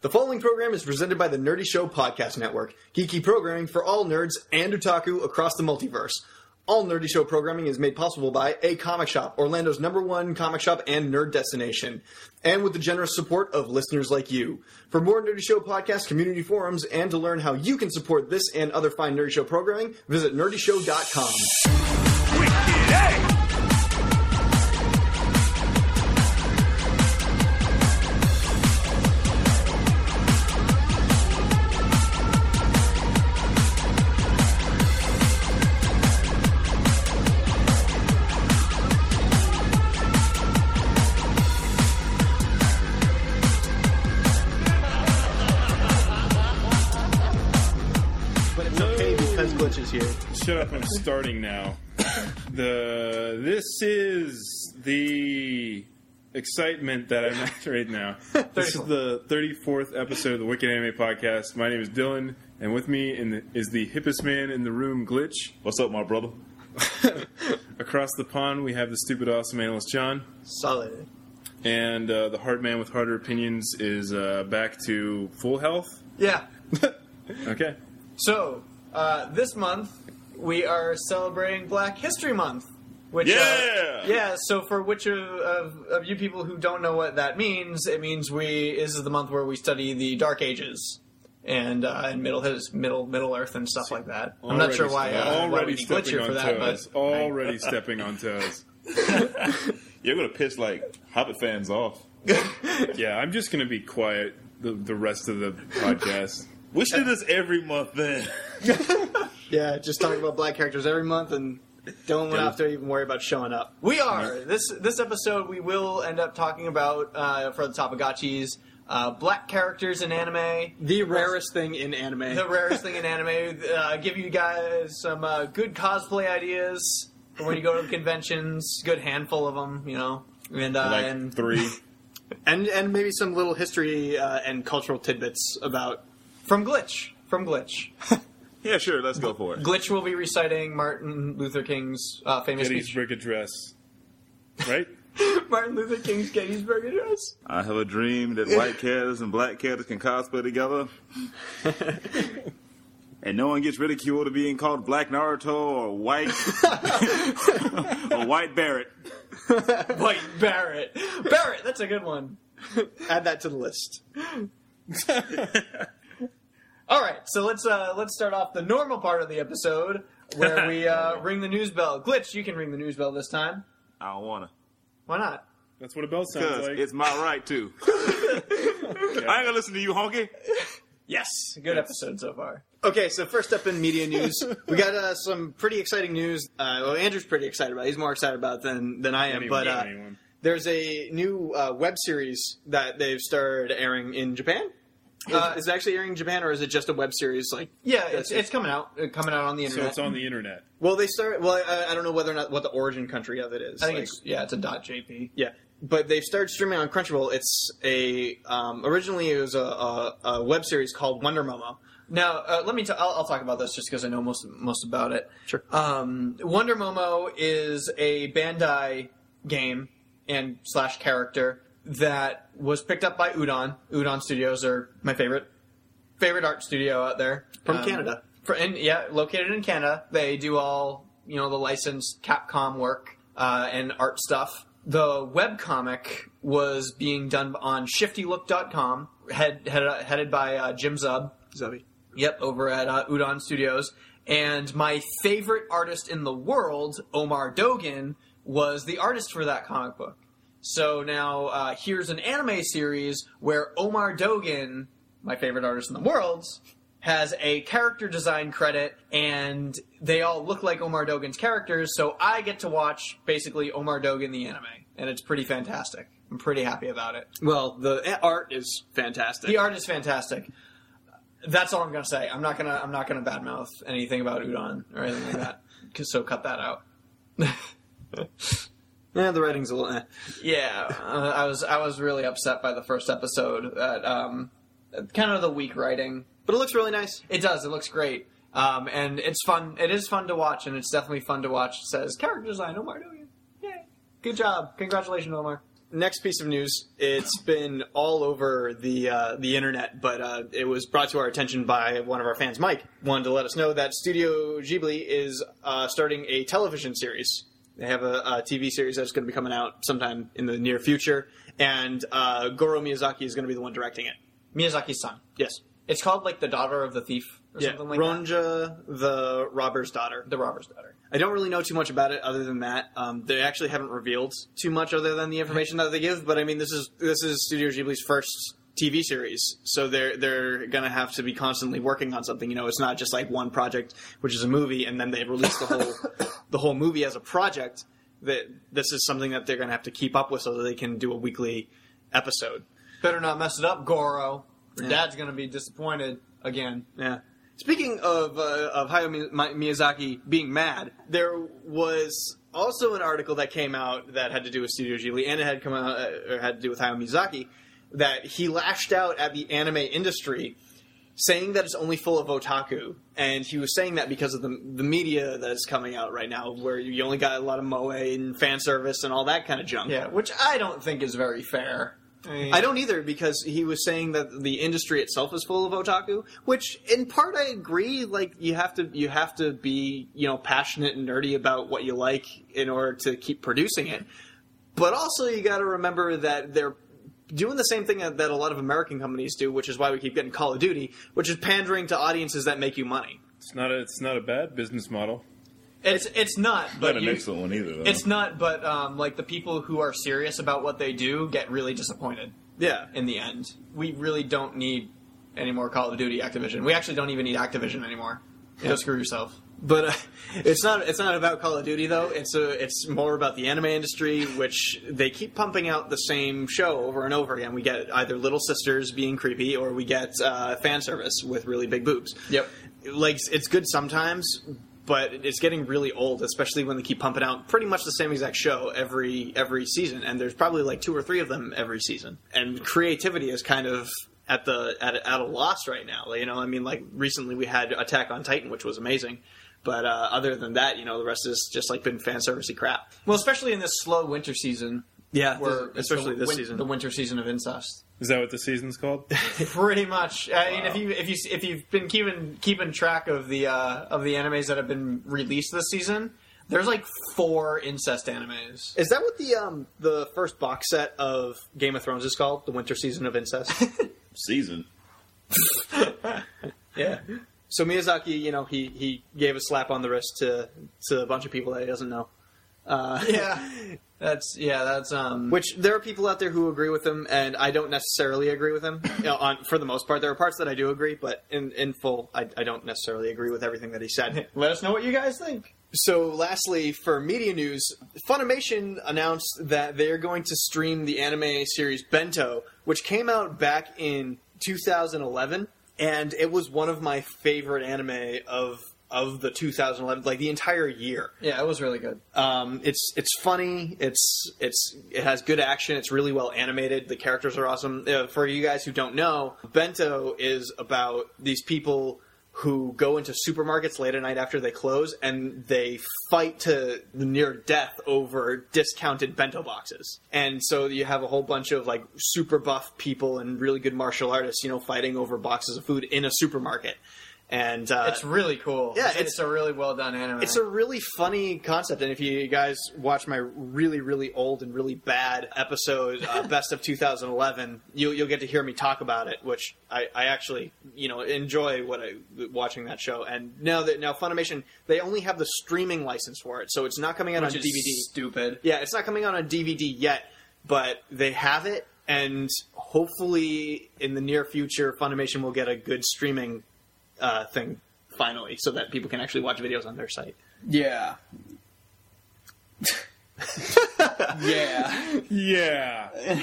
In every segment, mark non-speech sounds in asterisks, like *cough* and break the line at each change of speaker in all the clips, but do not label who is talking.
The following program is presented by the Nerdy Show Podcast Network, geeky programming for all nerds and otaku across the multiverse. All Nerdy Show programming is made possible by A Comic Shop, Orlando's number one comic shop and nerd destination, and with the generous support of listeners like you. For more Nerdy Show podcast community forums and to learn how you can support this and other fine Nerdy Show programming, visit nerdyshow.com. But it's okay because Glitch is here.
Shut up, I'm starting now. The this is the excitement that I'm at right now. This is the 34th episode of the Wicked Anime Podcast. My name is Dylan, and with me in the, is the hippest man in the room, Glitch.
What's up, my brother?
*laughs* Across the pond, we have the stupid awesome analyst John,
Solid.
and uh, the hard man with harder opinions is uh, back to full health.
Yeah.
Okay,
So, uh, this month, we are celebrating Black History Month. Which, uh,
Yeah!
yeah, so for which of, of, of you people who don't know what that means, it means we, this is the month where we study the Dark Ages. And, uh, and middle his middle Middle Earth and stuff like that. I'm not
Already-
sure why uh, why we
already
need glitch
stepping
you for
on
that,
toes.
but *laughs*
*laughs* Already stepping on toes.
You're gonna piss like Hobbit fans
*laughs*
off.
Yeah, I'm just gonna be quiet the the rest of the podcast.
We should do this every month then.
Yeah, just talking about black characters every month and don't want have to even worry about showing up.
We are this this episode. We will end up talking about uh, for the Topagachis, uh, black characters in anime,
The rarest thing in anime.
the rarest thing in anime. Uh, give you guys some uh, good cosplay ideas for when you go to the conventions. Good handful of them, you know. And uh,
Like
and *laughs*
three.
and and maybe some little history uh, and cultural tidbits about
from Glitch, from Glitch,
Yeah, sure. Let's go for it.
Glitch will be reciting Martin Luther King's uh, famous speech.
Gettysburg Address, right?
*laughs* Martin Luther King's Gettysburg Address.
I have a dream that white characters and black characters can cosplay *laughs* together, and no one gets ridiculed for being called Black Naruto or *laughs* White or White Barrett.
White Barrett, Barrett. That's a good one.
add that to the list.
*laughs*
*laughs*
All right, so let's uh, let's start off the normal part of the episode where
*laughs*
we uh, ring the news bell. Glitch, you can ring the news bell this time.
I don't wanna,
Why not?
That's what a bell
cause
sounds like.
it's my right *laughs* to. I ain't gonna listen to you, honky.
Yes, good episode so far.
Okay, so first up in
*laughs*
media news, we got uh, some pretty exciting news. Uh, well, Andrew's pretty excited about. it. He's more excited about it than than I am.
Anyone,
but uh,
anyone.
there's a new uh, web series that they've started airing in Japan. Is, is it actually airing in Japan, or is it just a web series? Like,
Yeah, it's, it's coming out, uh, coming out on the
So
internet.
it's on the internet.
well, they start. Well, I, I don't know whether or not what the origin country of it is.
I think
Like,
it's yeah, it's a .jp.
Yeah, but they've started streaming on Crunchyroll. It's a um, originally it was a, a, a web series called Wonder Momo.
Now uh, let me. T- I'll, I'll talk about this just because I know most most about it.
Sure.
Um, Wonder Momo is a Bandai game and slash character that was picked up by Udon. Udon Studios are my favorite favorite art studio out there Um,
From Canada.
For, and yeah, located in Canada. They do all you know the licensed Capcom work uh, and art stuff. The web comic was being done on ShiftyLook.com, head, head, headed by uh, Jim Zub.
Zubby.
Yep, over at uh, Udon Studios. And my favorite artist in the world, Omar Dogan, was the artist for that comic book. So now uh, here's an anime series where Omar Dogan, my favorite artist in the world, has a character design credit, and they all look like Omar Dogan's characters. So I get to watch basically Omar Dogan the anime. and it's pretty fantastic. I'm pretty happy about it.
Well, the art is fantastic.
The art is fantastic. That's all I'm gonna say. I'm not gonna I'm not gonna badmouth anything about Udon or anything like
*laughs*
that. 'Cause- So cut that out.
yeah, the writing's a little. Eh.
Yeah, uh, I was I was really upset by the first episode. At, um, kind of the weak writing.
But it looks really nice.
It does. It looks great. Um, and it's fun. It is fun to watch, and it's definitely fun to watch. It says character design, Omar Dogan. Yay! Good job. Congratulations, Omar.
Next piece of news. It's been all over the uh, the internet, but uh, it was brought to our attention by one of our fans, Mike. Wanted to let us know that Studio Ghibli is uh, starting a television series. They have a, a TV series that's going to be coming out sometime in the near future, and uh, Goro Miyazaki is going to be the one directing it.
Miyazaki-san.
Yes.
It's called like the daughter of the thief or
Yeah,
something like that.
Ronja, the robber's daughter.
The robber's daughter.
I don't really know too much about it other than that. Um, they actually haven't revealed too much other than the information that they give. But I mean, this is this is Studio Ghibli's first TV series, so they're they're gonna have to be constantly working on something. You know, it's not just like one project, which is a movie, and then they release the whole the whole movie as a project. That this is something that they're gonna have to keep up with, so that they can do a weekly episode.
Better not mess it up, Goro. Your Dad's gonna be disappointed again.
Yeah. Speaking of uh, of Hayao Mi- Mi- Miyazaki being mad, there was also an article that came out that had to do with Studio Ghibli, and it had come out uh, or had to do with Hayao Miyazaki that he lashed out at the anime industry, saying that it's only full of otaku, and he was saying that because of the the media that is coming out right now, where you only got a lot of moe and fan service and all that kind of junk.
Yeah, which I don't think is very fair. I, mean,
I don't either because he was saying that the industry itself is full of otaku, which in part I agree. Like you have to you have to be you know passionate and nerdy about what you like in order to keep producing it. But also you got to remember that they're doing the same thing that that a lot of American companies do, which is why we keep getting Call of Duty, which is pandering to audiences that make you money.
It's not a, it's not a bad business model.
It's it's not, but
Not an
you,
excellent one either. Though.
it's not, but um, like the people who are serious about what they do get really disappointed
Yeah,
in the end. We really don't need any more Call of Duty Activision. We actually don't even need Activision anymore. Go screw yourself.
but uh, it's not it's not about Call of Duty though. It's a, it's more about the anime industry, which they keep pumping out the same show over and over again. We get either Little Sisters being creepy, or we get uh, fan service with really big boobs.
Yep.
like it's good sometimes, but it's getting really old, especially when they keep pumping out pretty much the same exact show every every season. And there's probably like two or three of them every season. And creativity is kind of at the at a, at a loss right now. You know, I mean, like recently we had Attack on Titan, which was amazing. But uh, other than that, you know, the rest is just like been fan servicey crap.
Well, especially in this slow winter season.
Yeah,
Where it's
especially
the
this
win-
season.
the winter season of incest.
Is that what the
*laughs*
season's called?
Pretty much. I mean, if you if you if you've been keeping keeping track of the uh, of the animes that have been released this season, there's like four incest animes.
is that what the um the first box set of Game of Thrones is called? The Winter Season of Incest.
season.
Yeah. So Miyazaki, you know, he he gave a slap on the wrist to to a bunch of people that he doesn't know. Uh, *laughs*
Yeah, that's yeah, that's um.
Which there are people out there who agree with him, and I don't necessarily agree with him. You know, on for the most part, there are parts that I do agree, but in in full, I, I don't necessarily agree with everything that he *laughs* said.
Let us know what you guys think.
So, lastly, for media news, Funimation announced that they're going to stream the anime series Bento, which came out back in 2011, and it was one of my favorite anime of of the 2011, like the entire year.
Yeah, it was really good.
Um, it's it's funny. It's it's it has good action. It's really well animated. The characters are awesome. Uh, for you guys who don't know, Bento is about these people who go into supermarkets late at night after they close and they fight to near death over discounted bento boxes. And so you have a whole bunch of like super buff people and really good martial artists, you know, fighting over boxes of food in a supermarket. And uh,
It's really cool.
Yeah,
it's,
it's-
it's a really well done anime.
it's a really funny concept, and if you guys watch my really, really old and really bad episode,
*laughs*
uh, Best of 2011, you'll, you'll get to hear me talk about it, which I, I actually, you know, enjoy what I, watching that show. And now that now Funimation, they only have the streaming license for it, so it's not coming out
Which
on
is
DVD.
Stupid.
Yeah, it's not coming out on DVD yet, but they have it, and hopefully in the near future, Funimation will get a good streaming uh, thing finally, so that
*laughs*
people can actually watch videos on their site.
Yeah. yeah.
Yeah.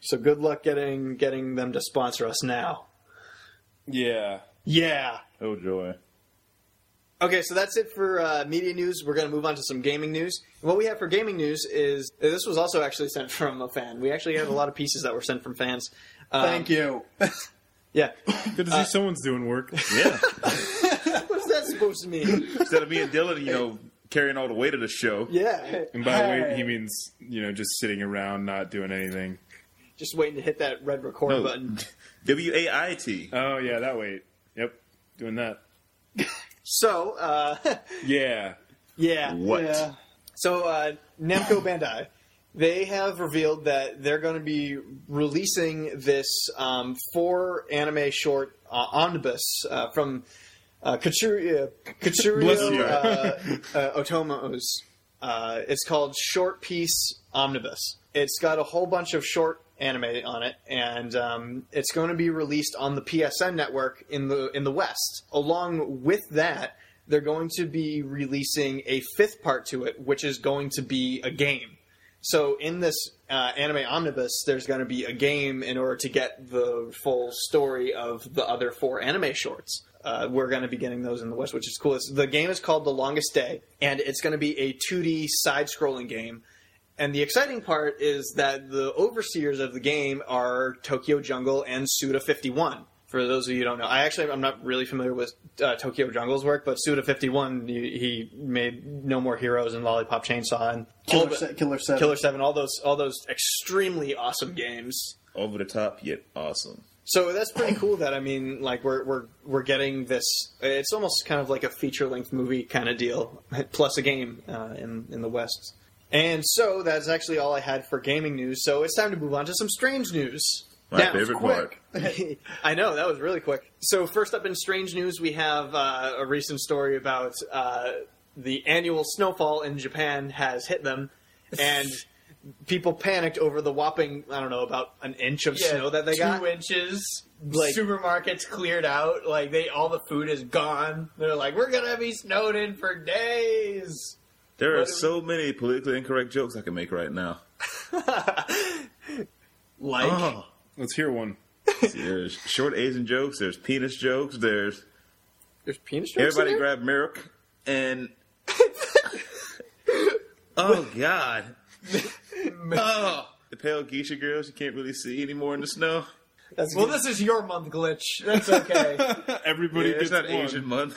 So good luck getting getting them to sponsor us now.
Yeah.
Yeah.
Oh joy.
Okay, so that's it for uh, media news. We're going to move on to some gaming news. And what we have for gaming news is this was also actually sent *laughs* from a fan. We actually had a lot of pieces that were sent from fans. Um,
you.
*laughs* Yeah.
Good
Uh,
to see someone's doing work.
*laughs*
Yeah.
What's that supposed to mean?
*laughs* Instead of me and Dylan, you know, carrying all the weight of the show.
Yeah.
And by wait, he means you know just sitting around not doing anything.
Just waiting to hit that red record
No.
button.
W A I T.
Oh yeah, that wait. Yep, doing that.
So, uh, *laughs*
Yeah.
yeah.
What?
Yeah.
So uh, Namco Bandai, they have revealed that they're going to be releasing this um, four anime short uh, omnibus uh, from uh, Katsuri, uh,
Bless you.
Katsurio uh, uh, Otomo's. Uh, it's called Short Piece Omnibus. It's got a whole bunch of short anime on it, and um, it's going to be released on the PSN network in the in the West. Along with that, they're going to be releasing a fifth part to it, which is going to be a game. So in this uh, anime omnibus, there's going to be a game in order to get the full story of the other four anime shorts. Uh, we're going to be getting those in the West, which is cool. It's- the game is called The Longest Day, and it's going to be a 2D side-scrolling game. And the exciting part is that the overseers of the game are Tokyo Jungle and Suda51. For those of you who don't know, I actually I'm not really familiar with uh, Tokyo Jungle's work, but Suda51 he, he made No More Heroes and Lollipop Chainsaw and
Killer, Se- Killer Seven.
Killer Seven, all those all those extremely awesome games.
Over the top yet awesome.
So that's pretty cool. That I mean, like we're we're we're getting this. It's almost kind of like a feature length movie kind of deal, *laughs* plus a game uh, in in the West. And so that's actually all I had for gaming news. So it's time to move on to some strange news.
My
Now,
favorite
quick.
part.
*laughs* I know that was really quick. So first up in strange news, we have uh, a recent story about uh, the annual snowfall in Japan has hit
*laughs*
them, and people panicked over the whopping I don't know about an inch of
Yeah,
snow that they
two
got.
inches.
Like-
supermarkets cleared out. Like they, all the food is gone. They're like, we're gonna be snowed in for days.
There are
do we-
so many politically incorrect jokes I can make right now.
Like,
Let's hear one.
There's short Asian jokes. There's penis jokes. There's
There's penis jokes in
everybody
there?
grab milk
*laughs*
and. oh
*laughs*
God. oh, the pale geisha girls you can't really see anymore in the snow.
That's
well,
good.
this is your month glitch. *laughs* That's okay.
Everybody
it's
gets
not
one.
Asian month.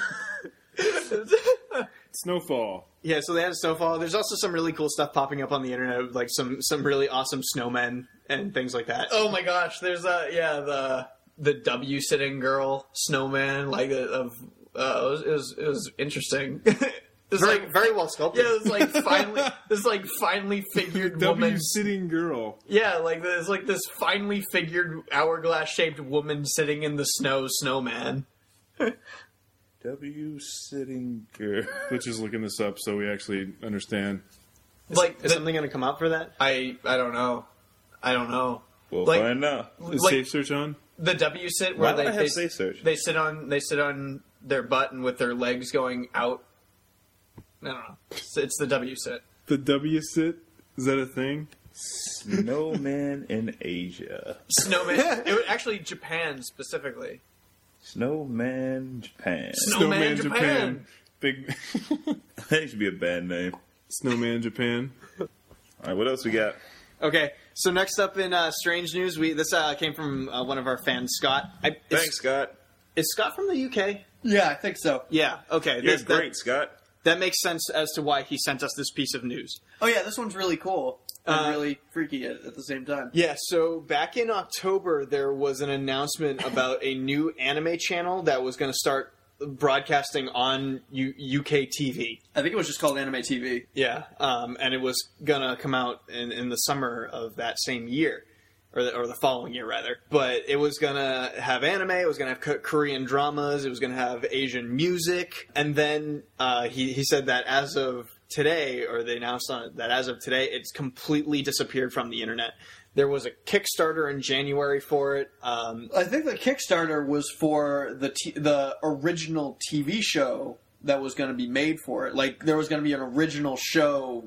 Snowfall.
yeah. So they had a snowfall. There's also some really cool stuff popping up on the internet, like some some really awesome snowmen and things like that.
oh my gosh, there's a yeah the the W sitting girl snowman like uh, of uh, it, was, it was it was interesting. *laughs* it's
very,
like
very well sculpted.
yeah, it's like
*laughs*
finally this like finely figured
*laughs* W
woman.
sitting girl.
Yeah, like there's like this finely figured hourglass shaped woman sitting in the snow snowman.
W sitting girl.
Which is looking this up so we actually understand.
Like
Is
the-
something going to come out for that?
I I don't know. I don't know.
Well,
Like-
find out.
Is
like
safe search on?
the W sit
Why
where
do
they
I
they,
have safe search?
they sit on they sit on their butt and with their legs going out. I don't know. It's, it's the W sit.
The W sit? Is that a thing?
Snowman in Asia.
Snowman.
*laughs*
it was actually Japan specifically.
Snowman Japan.
Snowman Japan.
Big
that should be a bad name.
Snowman Japan.
All right, what else we got?
Okay, so next up in uh, strange news, we this uh, came from uh, one of our fans, Scott. I, is,
Thanks, Scott.
Is Scott from the UK?
Yeah, I think so.
Yeah. Okay.
You're
that- that-
great, Scott.
That, makes sense as to why he sent us this piece of news.
Oh yeah, this one's really cool
and
really freaky at, at the same time.
Yeah. So back in October, there was
*laughs*
an announcement about a new anime channel that was going to start broadcasting on U- UK TV.
I think it was just called anime TV.
Yeah, um, and it was gonna come out in, in the summer of that same year, or the, or the following year rather. But it was gonna have anime, it was gonna have K- Korean dramas, it was gonna have Asian music, and then uh, he he said that as of today, or they announced on it, that as of today, it's completely disappeared from the internet. There was a Kickstarter in January for it. Um,
I think the Kickstarter was for the t- the original TV show that was going to be made for it. Like there was going to be an original show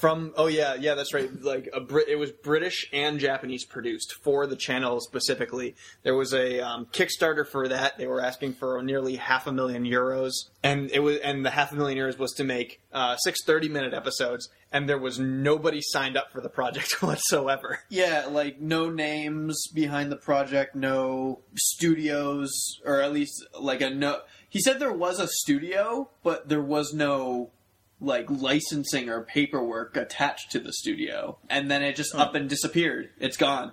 From oh yeah yeah that's right like a Brit it was British and Japanese produced for the channel specifically. There was a um, Kickstarter for that. They were asking for nearly half a million euros, and it was and the half a million euros was to make uh, six 30 minute episodes. And there was nobody signed up for the project *laughs* whatsoever.
Yeah, like no names behind the project, no studios, or at least like a no. He said there was a studio, but there was no like licensing or paperwork attached to the studio. And then it just up and disappeared. It's gone.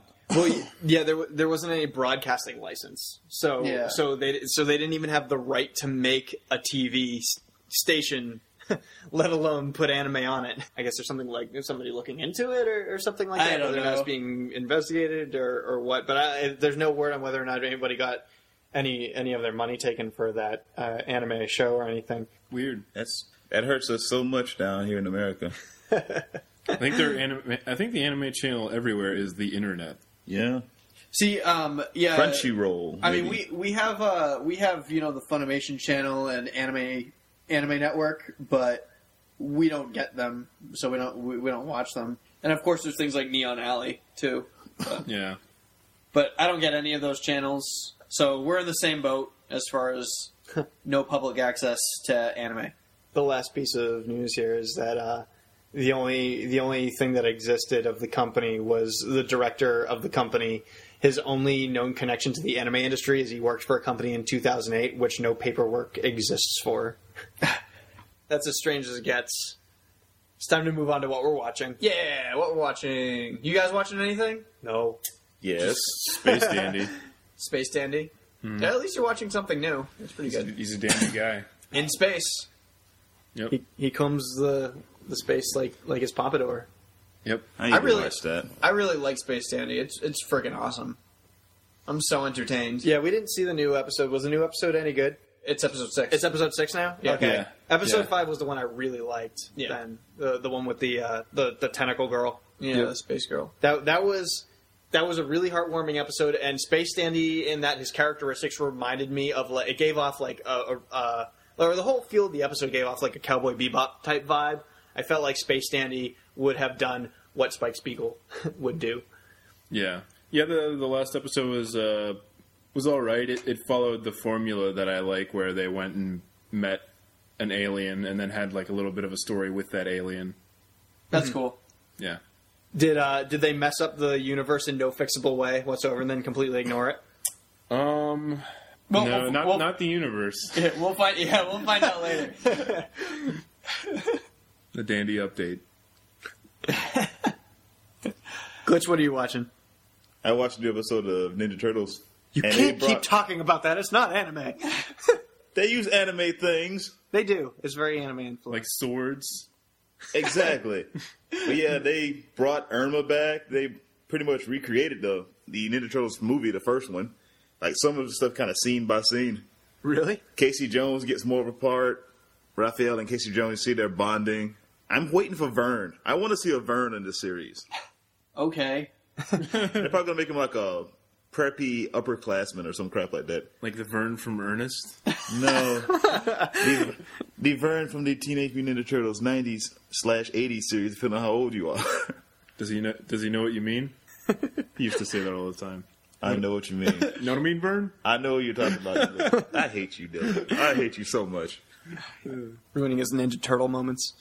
*laughs*
well, y- yeah, there wa- there wasn't any broadcasting license, so
Yeah.
so they so they didn't even have the right to make a TV s- station, *laughs* let alone put anime on it. I guess there's something like there's somebody looking into it or, or something like
I
that.
don't
whether or not
know.
it's being investigated or, or what, but I, there's no word on whether or not anybody got any any of their money taken for that uh, anime show or anything.
Weird.
That's that hurts us so much down here in America.
I think their anime. I think the anime channel everywhere is the internet.
Yeah,
See, um, yeah.
Crunchyroll.
I mean,
maybe.
we we have uh we have you know the Funimation channel and anime anime network, but we don't get them, so we don't we, we don't watch them. And of course, there's things like Neon Alley too,
Yeah.
but I don't get any of those channels. So we're in the same boat as far as no public access to anime.
the last piece of news here is that uh, the only the only thing that existed of the company was the director of the company. His only known connection to the anime industry is he worked for a company in 2008, which no paperwork exists for. *laughs* That's as strange as it gets. It's time to move on to what we're watching.
Yeah, what we're watching. You guys watching anything?
No.
yes,
Space dandy.
Space Dandy. Yeah, at least you're watching something new. That's pretty
He's a,
good.
he's a dandy guy.
In space.
Yep.
He, he combs the the space like like his pompadour.
Yep.
I, need
I really-
to watch that.
I really like Space Dandy. It's it's freaking awesome. I'm so entertained.
Yeah, we didn't see the new episode. Was the new episode any good?
It's episode six.
It's episode six now.
Yeah.
Okay.
Yeah.
Episode
Yeah.
five was the one I really liked.
Yeah.
Then the the one with the uh, the the tentacle girl.
yeah,
Yep.
the Space Girl.
That that was that was a really heartwarming episode. And Space Dandy in that his characteristics reminded me of like it gave off like a, a, a or the whole feel of the episode gave off like a Cowboy Bebop type vibe. I felt like Space Dandy would have done what Spike Spiegel *laughs* would do.
Yeah. Yeah. The the last episode was uh was all right. It, it followed the formula that I like, where they went and met an alien and then had like a little bit of a story with that alien.
That's cool.
Yeah.
Did uh did they mess up the universe in no fixable way whatsoever and then completely ignore it?
Um.
Well,
no,
we'll-
not
we'll-
not the universe.
Yeah, we'll find yeah we'll find out later.
The dandy update.
Glitch, what are you watching?
I watched the episode of Ninja Turtles.
You
And
can't
they
keep
brought-
talking about that. It's not anime.
They use anime things.
They do. It's very anime influenced.
Like swords.
Exactly. but yeah, they brought Irma back. They pretty much recreated the the Ninja Turtles movie, the first one. Like some of the stuff kind of scene by scene.
really?
Casey Jones gets more of a part. Raphael and Casey Jones see their bonding. I'm waiting for Vern. I want to see a Vern in this series.
Okay.
They're probably gonna make him like a preppy upperclassman or some crap like that.
Like the Vern from Ernest.
No, the, the Vern from the Teenage Mutant Ninja Turtles '90s slash '80s series, depending on how old you are. *laughs*
Does he know? Does he know what you mean? he used to say that all the time.
I know what you mean.
You know what I mean, Vern?
I know what you're talking about.
*laughs*
Dylan. I hate you, Dylan. I hate you so much.
Ruining his Ninja Turtle moments.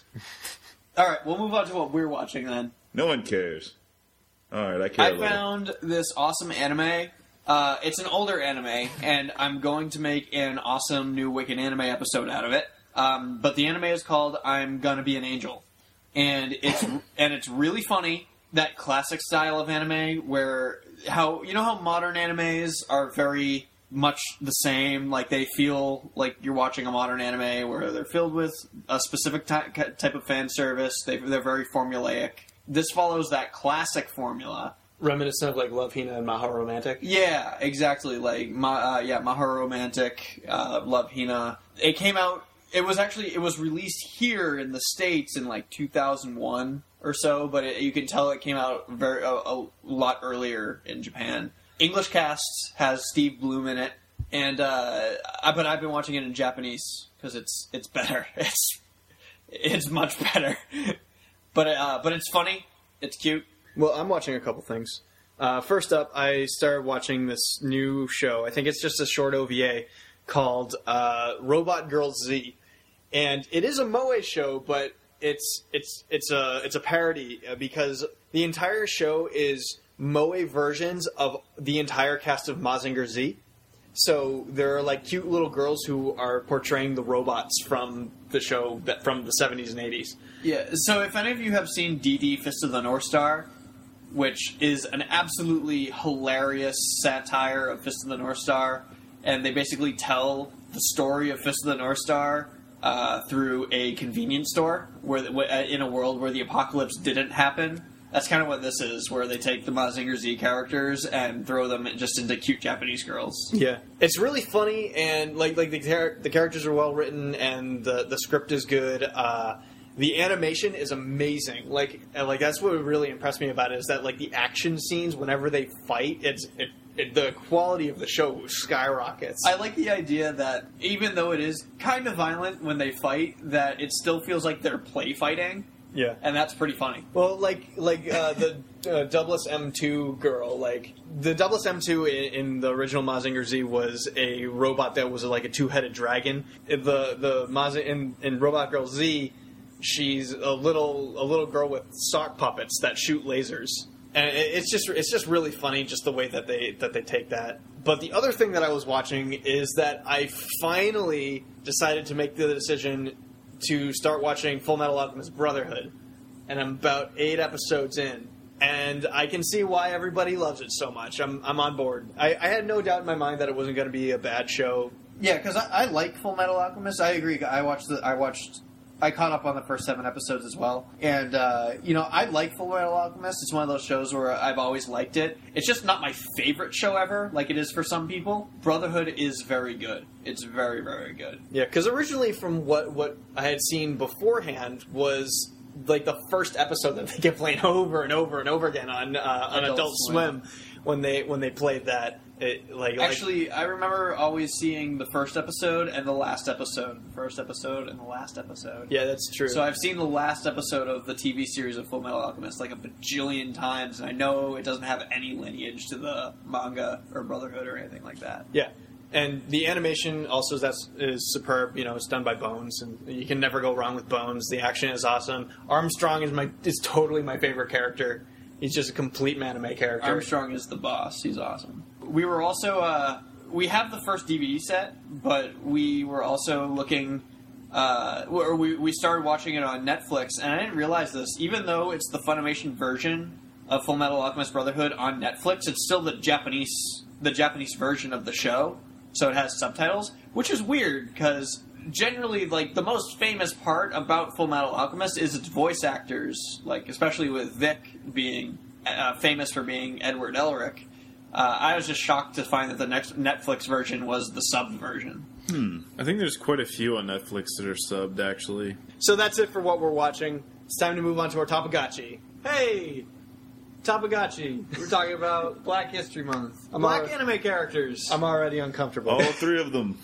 All right, we'll move on to what we're watching then.
No one cares. All right, I care. a
I
little.
found this awesome anime. Uh, it's an older anime, and I'm going to make an awesome new Wicked anime episode out of it. Um, but the anime is called "I'm Gonna Be an Angel," and it's *laughs* and it's really funny. That classic style of anime, where how you know how modern animes are very much the same. Like they feel like you're watching a modern anime, where they're filled with a specific ty- type of fan service. They, they're very formulaic. This follows that classic formula,
Reminiscent of like Love Hina and Maha Romantic.
yeah, exactly. Like my uh, yeah, Maha Romantic, uh, Love Hina. It came out. It was actually it was released here in the states in like 2001 or so, but it, you can tell it came out very a, a lot earlier in Japan. English cast has Steve Bloom in it, and uh, I, but I've been watching it in *laughs* Japanese because it's it's better. *laughs* It's it's much better.
But uh, but it's funny. It's cute.
Well, I'm watching a couple things. Uh, first up, I started watching this new show. I think it's just a short OVA called uh, Robot Girl Z, and it is a moe show, but it's it's it's a it's a parody uh, because the entire show is moe versions of the entire cast of Mazinger Z. So there are like cute little girls who are portraying the robots from the show that from the 70s and 80s.
Yeah. So if any of you have seen DD Fist of the North Star, which is an absolutely hilarious satire of Fist of the North Star, and they basically tell the story of Fist of the North Star uh, through a convenience store, where the, wh- uh, in a world where the apocalypse didn't happen. That's kind of what this is, where they take the Mazinger Z characters and throw them just into cute Japanese girls.
Yeah, it's really funny and like like the char- the characters are well written and the the script is good. Uh, the animation is amazing. Like and, like that's what really impressed me about it is that like the action scenes whenever they *laughs* fight, it's it, it, the quality of the show skyrockets.
I like the idea that even though it is kind of violent when they fight, that it still feels like they're play fighting,
yeah.
and that's pretty funny.
Well, like like uh, the uh, Douglas M two girl, like the Douglas M two in, in the original Mazinger Z was a robot that was like a two headed dragon. In The the Maz- in, in Robot Girl Z, she's a little a little girl with sock puppets that shoot lasers, and it- it's just it's just really funny just the way that they that they take that. But the other thing that I was watching is that I finally decided to make the decision to start watching Full Metal Alchemist Brotherhood and I'm about eight episodes in, and I can see why everybody loves it so much. I'm I'm on board. I, I had no doubt in my mind that it wasn't going to be a bad show.
Yeah, because I, I like Full Metal Alchemist. I agree. I watched the I watched I caught up on the first seven episodes as well, and uh, you know I like Full Metal Alchemist. It's one of those shows where I've always liked it. It's just not my favorite show ever, like it is for some people. Brotherhood is very good. It's very very good.
Yeah, because originally, from what what I had seen beforehand was like the first episode that they kept playing *laughs* over and over and over again on uh, on Adult,
Adult
Swim.
Swim.
when they when they played that. It, like like-
Actually, I remember always seeing the first episode and the last episode, the first episode and the last episode.
yeah, that's true.
So I've seen the last episode of the TV series of Full Metal Alchemist like a bajillion times, and I know it doesn't have any lineage to the manga or Brotherhood or anything like that.
yeah. And the animation also that's is superb. You know, it's done by Bones, and you can never go wrong with Bones. The action is awesome. Armstrong is my is totally my favorite character. He's just a complete anime character.
Armstrong is the boss; he's awesome. We were also uh, we have the first DVD set, but we were also looking. Uh, or we we started watching it on Netflix, and I didn't realize this. Even though it's the Funimation version of Full Metal Alchemist Brotherhood on Netflix, it's still the Japanese the Japanese version of the show, so it has subtitles, which is weird because generally, like the most famous part about Full Metal Alchemist is its voice actors, like especially with Vic being uh, famous for being Edward Elric. Uh, I was just shocked to find that the next Netflix version was the sub version.
I think there's quite a few on Netflix that are subbed, actually.
So that's it for what we're watching. It's time to move on to our Topagachi. Hey, Topagachi.
We're talking about Black History Month.
all-
Black anime characters.
I'm already uncomfortable.
All three of them.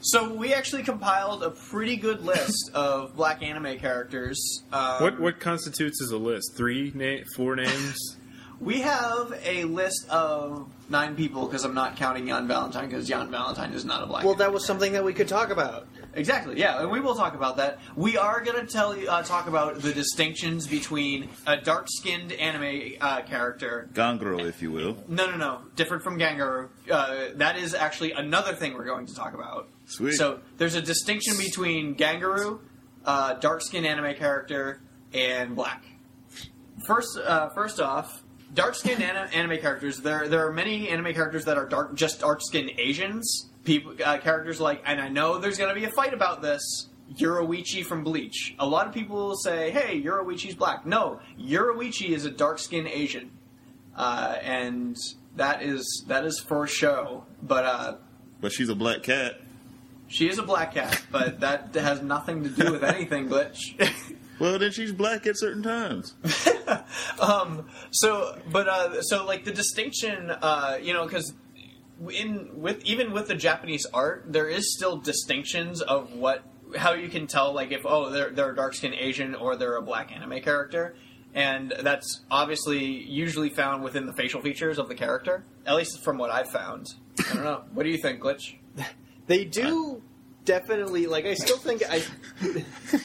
So we actually compiled a pretty good list of black anime characters. Um,
What what constitutes as a list? Three, na- four names.
We have a list of nine people because I'm not counting Jan Valentine because Jan Valentine is not a black.
Well, that was something that we could talk about.
exactly. Yeah, and we will talk about that. We are going to tell you uh, talk about the distinctions between a dark-skinned anime uh, character.
Gangrel, if you will.
No, no, no. Different from Gangaru. Uh, that is actually another thing we're going to talk about.
Sweet.
So there's a distinction between Gangaru, uh, dark-skinned anime character, and black. First, uh, first off, dark-skinned an- anime characters. There, there are many anime characters that are dark, just dark-skinned Asians. People, uh, characters like, and I know there's going to be a fight about this. Yuroichi from Bleach. A lot of people will say, "Hey, Yuroichi's black." No, Yuroichi is a dark-skinned Asian, uh, and that is that is for show. But uh,
But she's a black cat.
she is a black cat, but that has nothing to do with anything, Glitch.
*laughs*
Well, then she's black at certain times.
so, but uh, so like the distinction, uh, you know, because in with even with the Japanese art, there is still distinctions of what
how you can tell like if oh they're they're a dark skinned Asian or they're a black anime character, and that's obviously usually found within the facial features of the character. At least from what I've found. I don't know. What do you think, Glitch?
*laughs* They do definitely like. I still think I.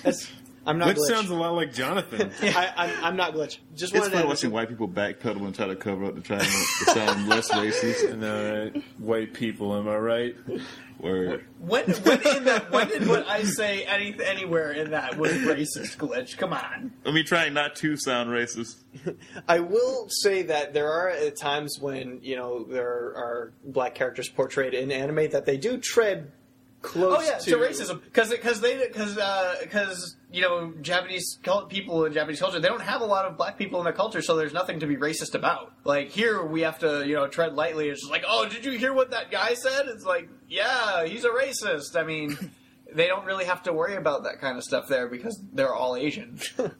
that's, I'm not.
Which
glitch.
sounds a lot like Jonathan.
I, I'm, I'm not glitch. Just
It's
wanted
fun
to
watching white people backpedal and try to cover up to try to sound less
*laughs*
racist.
And, uh, white people, am I right?
Word.
When when in that when did what I say any, anywhere in that was racist, Glitch? Come on.
I mean, trying not to sound racist.
I will say that there are uh, times when you know there are black characters portrayed in anime that they do tread close
Oh yeah,
to,
to, racism because because they because because you know Japanese cul- people in Japanese culture they don't have a lot of black people in their culture, so there's nothing to be racist about. Like here, we have to you know tread lightly. It's just like, oh, did you hear what that guy said? It's like, yeah, he's a racist. I mean. They don't really have to worry about that kind of stuff there because they're all Asian.
You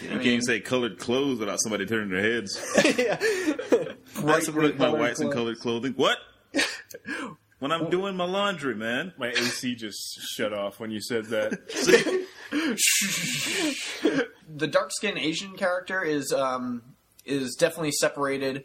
can't even say colored clothes without somebody turning
*laughs*
their heads.
Right,
That's what my
colored
whites and
clothes.
colored clothing. What? When I'm doing my laundry, man.
My AC just shut off when you said that.
the dark skinned Asian character is um, is definitely separated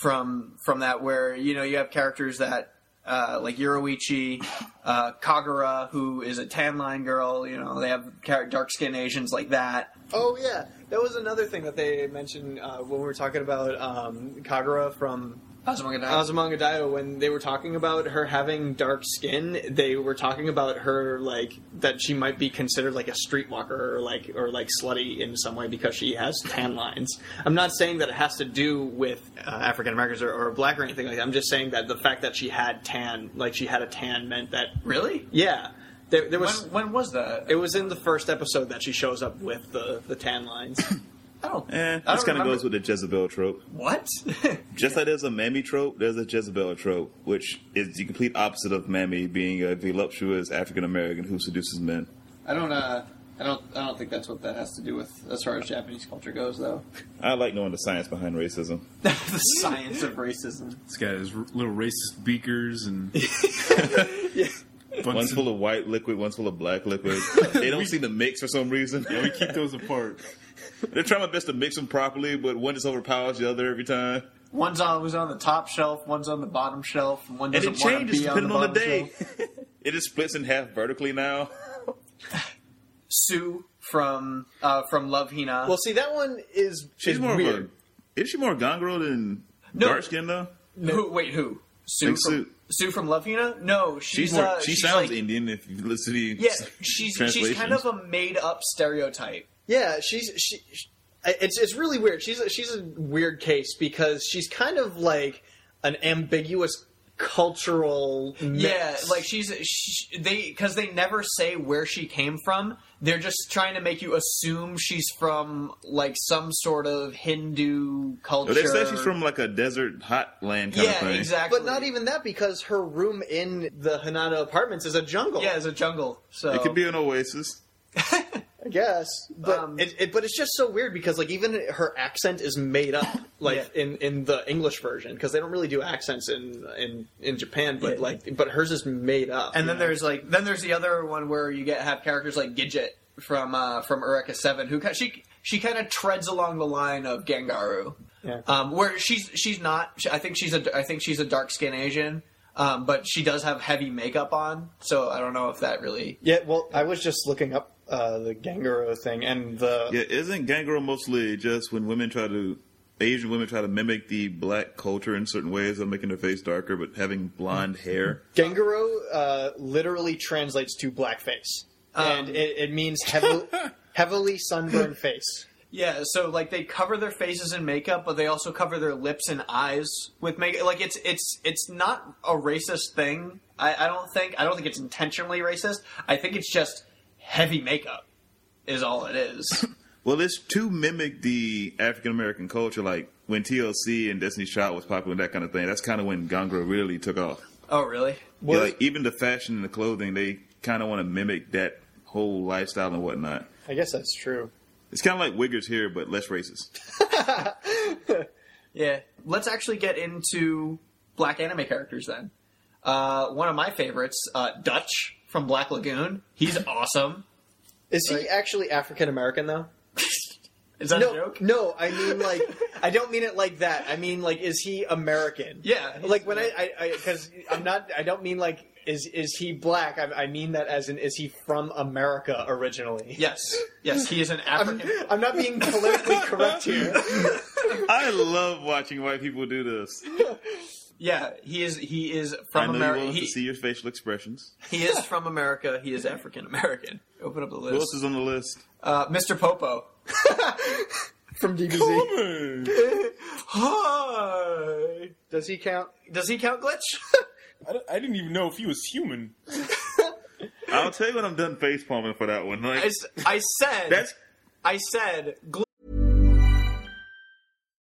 from from that. Where you know you have characters that uh, like Yuroichi, uh, Kagura, who is a tan line girl. You know they have dark skinned Asians like that.
Oh yeah, that was another thing that they mentioned uh, when we were talking about um, Kagura from
Azumanga Daioh.
Azumanga Daioh. When they were talking about her having dark skin, they were talking about her like that she might be considered like a streetwalker or like or like slutty in some way because she has tan lines. I'm not saying that it has to do with uh, African Americans or, or black or anything like that. I'm just saying that the fact that she had tan, like she had a tan, meant that
really?
yeah, there, there
When,
was.
when was that?
it was in the first episode that she shows up with the, the
*coughs*
tan lines.
I don't.
Eh,
I don't
this kind of
remember-
goes with the Jezebel trope.
What? *laughs*
Just like there's a mammy trope, there's a Jezebel trope, which is the complete opposite of mammy being a voluptuous African American who seduces men.
I don't. Uh, I don't. I don't think that's what that has to do with as far as Japanese culture goes,
*laughs*
though.
I like knowing the science behind racism.
*laughs*
the science of racism.
This guy has r- little racist beakers and.
One's
Bunsen-
full of white liquid, one's full of black *laughs* liquid. they don't seem to mix for some reason.
Yeah, we keep those apart.
They're trying my best to mix them properly, but one just overpowers the other every time.
one's on was on the top shelf. One's on the bottom shelf. and One
And
doesn't
it
want to
changes
be on
depending
the,
on the,
bottom
day.
shelf.
*laughs* it just splits in half vertically now.
Sue from uh, from Love Hina.
Well, see, that one is
She's
is
more
weird.
of a. Is she more gangrel than
No.
dark skin though?
Who, wait, who? Sue
Like
from,
Sue.
Sue from Love Hina? No, she's,
She's more.
uh,
she
she's
sounds
like,
Indian if you listen to.
yeah, she's she's kind
translations.
of a made up stereotype.
Yeah, she's she. she- It's it's really weird. She's a, she's a weird case because she's kind of like an ambiguous cultural. Mix.
Yeah, like she's she, they because they never say where she came from. They're just trying to make you assume she's from like some sort of Hindu culture.
Oh, they say she's from like a desert hot land kind of
yeah,
thing.
exactly.
but not even that because her room in the Hanada Apartments is a jungle.
yeah, it's a jungle. So
It could be an oasis.
I guess. But
Um,
it, it but it's just so weird because like even her accent is made
*laughs*
up like
Yeah.
in, in the English version because they don't really do accents in in in Japan. But
Yeah.
like but hers is made up.
And then there's like then there's the other one where you get have characters like Gidget from uh, from Eureka Seven who ki- she she kind of treads along the line of Gengaru,
Yeah.
um, where she's she's not. She, I think she's a I think she's a dark skinned Asian, um, but she does have heavy makeup on, so I don't know if that really.
yeah. Well, I was just looking up uh, the Gangaro thing and the
Yeah, isn't gangrel mostly just when women try to Asian women try to mimic the black culture in certain ways of making their face darker but having blonde hair?
Gengaro uh, literally translates to blackface,
Um,
and it, it means
*laughs*
heavily, heavily sunburned face.
Yeah, so like they cover their faces in makeup, but they also cover their lips and eyes with makeup. Like it's it's it's not a racist thing. I, I don't think I don't think it's intentionally racist. I think it's just heavy makeup is all it
*laughs*
is.
Well, it's to mimic the African American culture, like when TLC and Destiny's Child was popular and that kind of thing. That's kind of when gangrel really took off.
oh really?
Yeah, like even the fashion and the clothing, they kind of want to mimic that whole lifestyle and whatnot.
I guess that's true.
It's kind of like wiggers here, but less racist.
Yeah. Let's actually get into black anime characters then. Uh, one of my favorites, uh, Dutch from Black Lagoon. He's *laughs* awesome.
Is he actually African American though?
Is that a
No,
joke?
no. I mean, like, I don't mean it like that. I mean, like, is he American?
Yeah, he's
Like when I, I, because I'm not. I don't mean like is is he black. I, I mean that as in is he from America originally?
Yes, yes, he is an
I'm,
African.
*laughs* I'm not being politically correct here.
*laughs* I love watching white people do this.
yeah, he is. He is
I
from
know you
America.
want us
He,
to see your facial expressions.
he is from America. He is African American. *laughs* Open up the
Who
list.
else is on the list?
Uh, Mr. Popo.
*laughs* From DBZ.
Hi.
Does he count?
Does he count glitch?
*laughs*
I, don't- I didn't even know if he was human.
I'll tell you when I'm done face palming for that one. Like,
I, s- I said.
that's
I said glitch.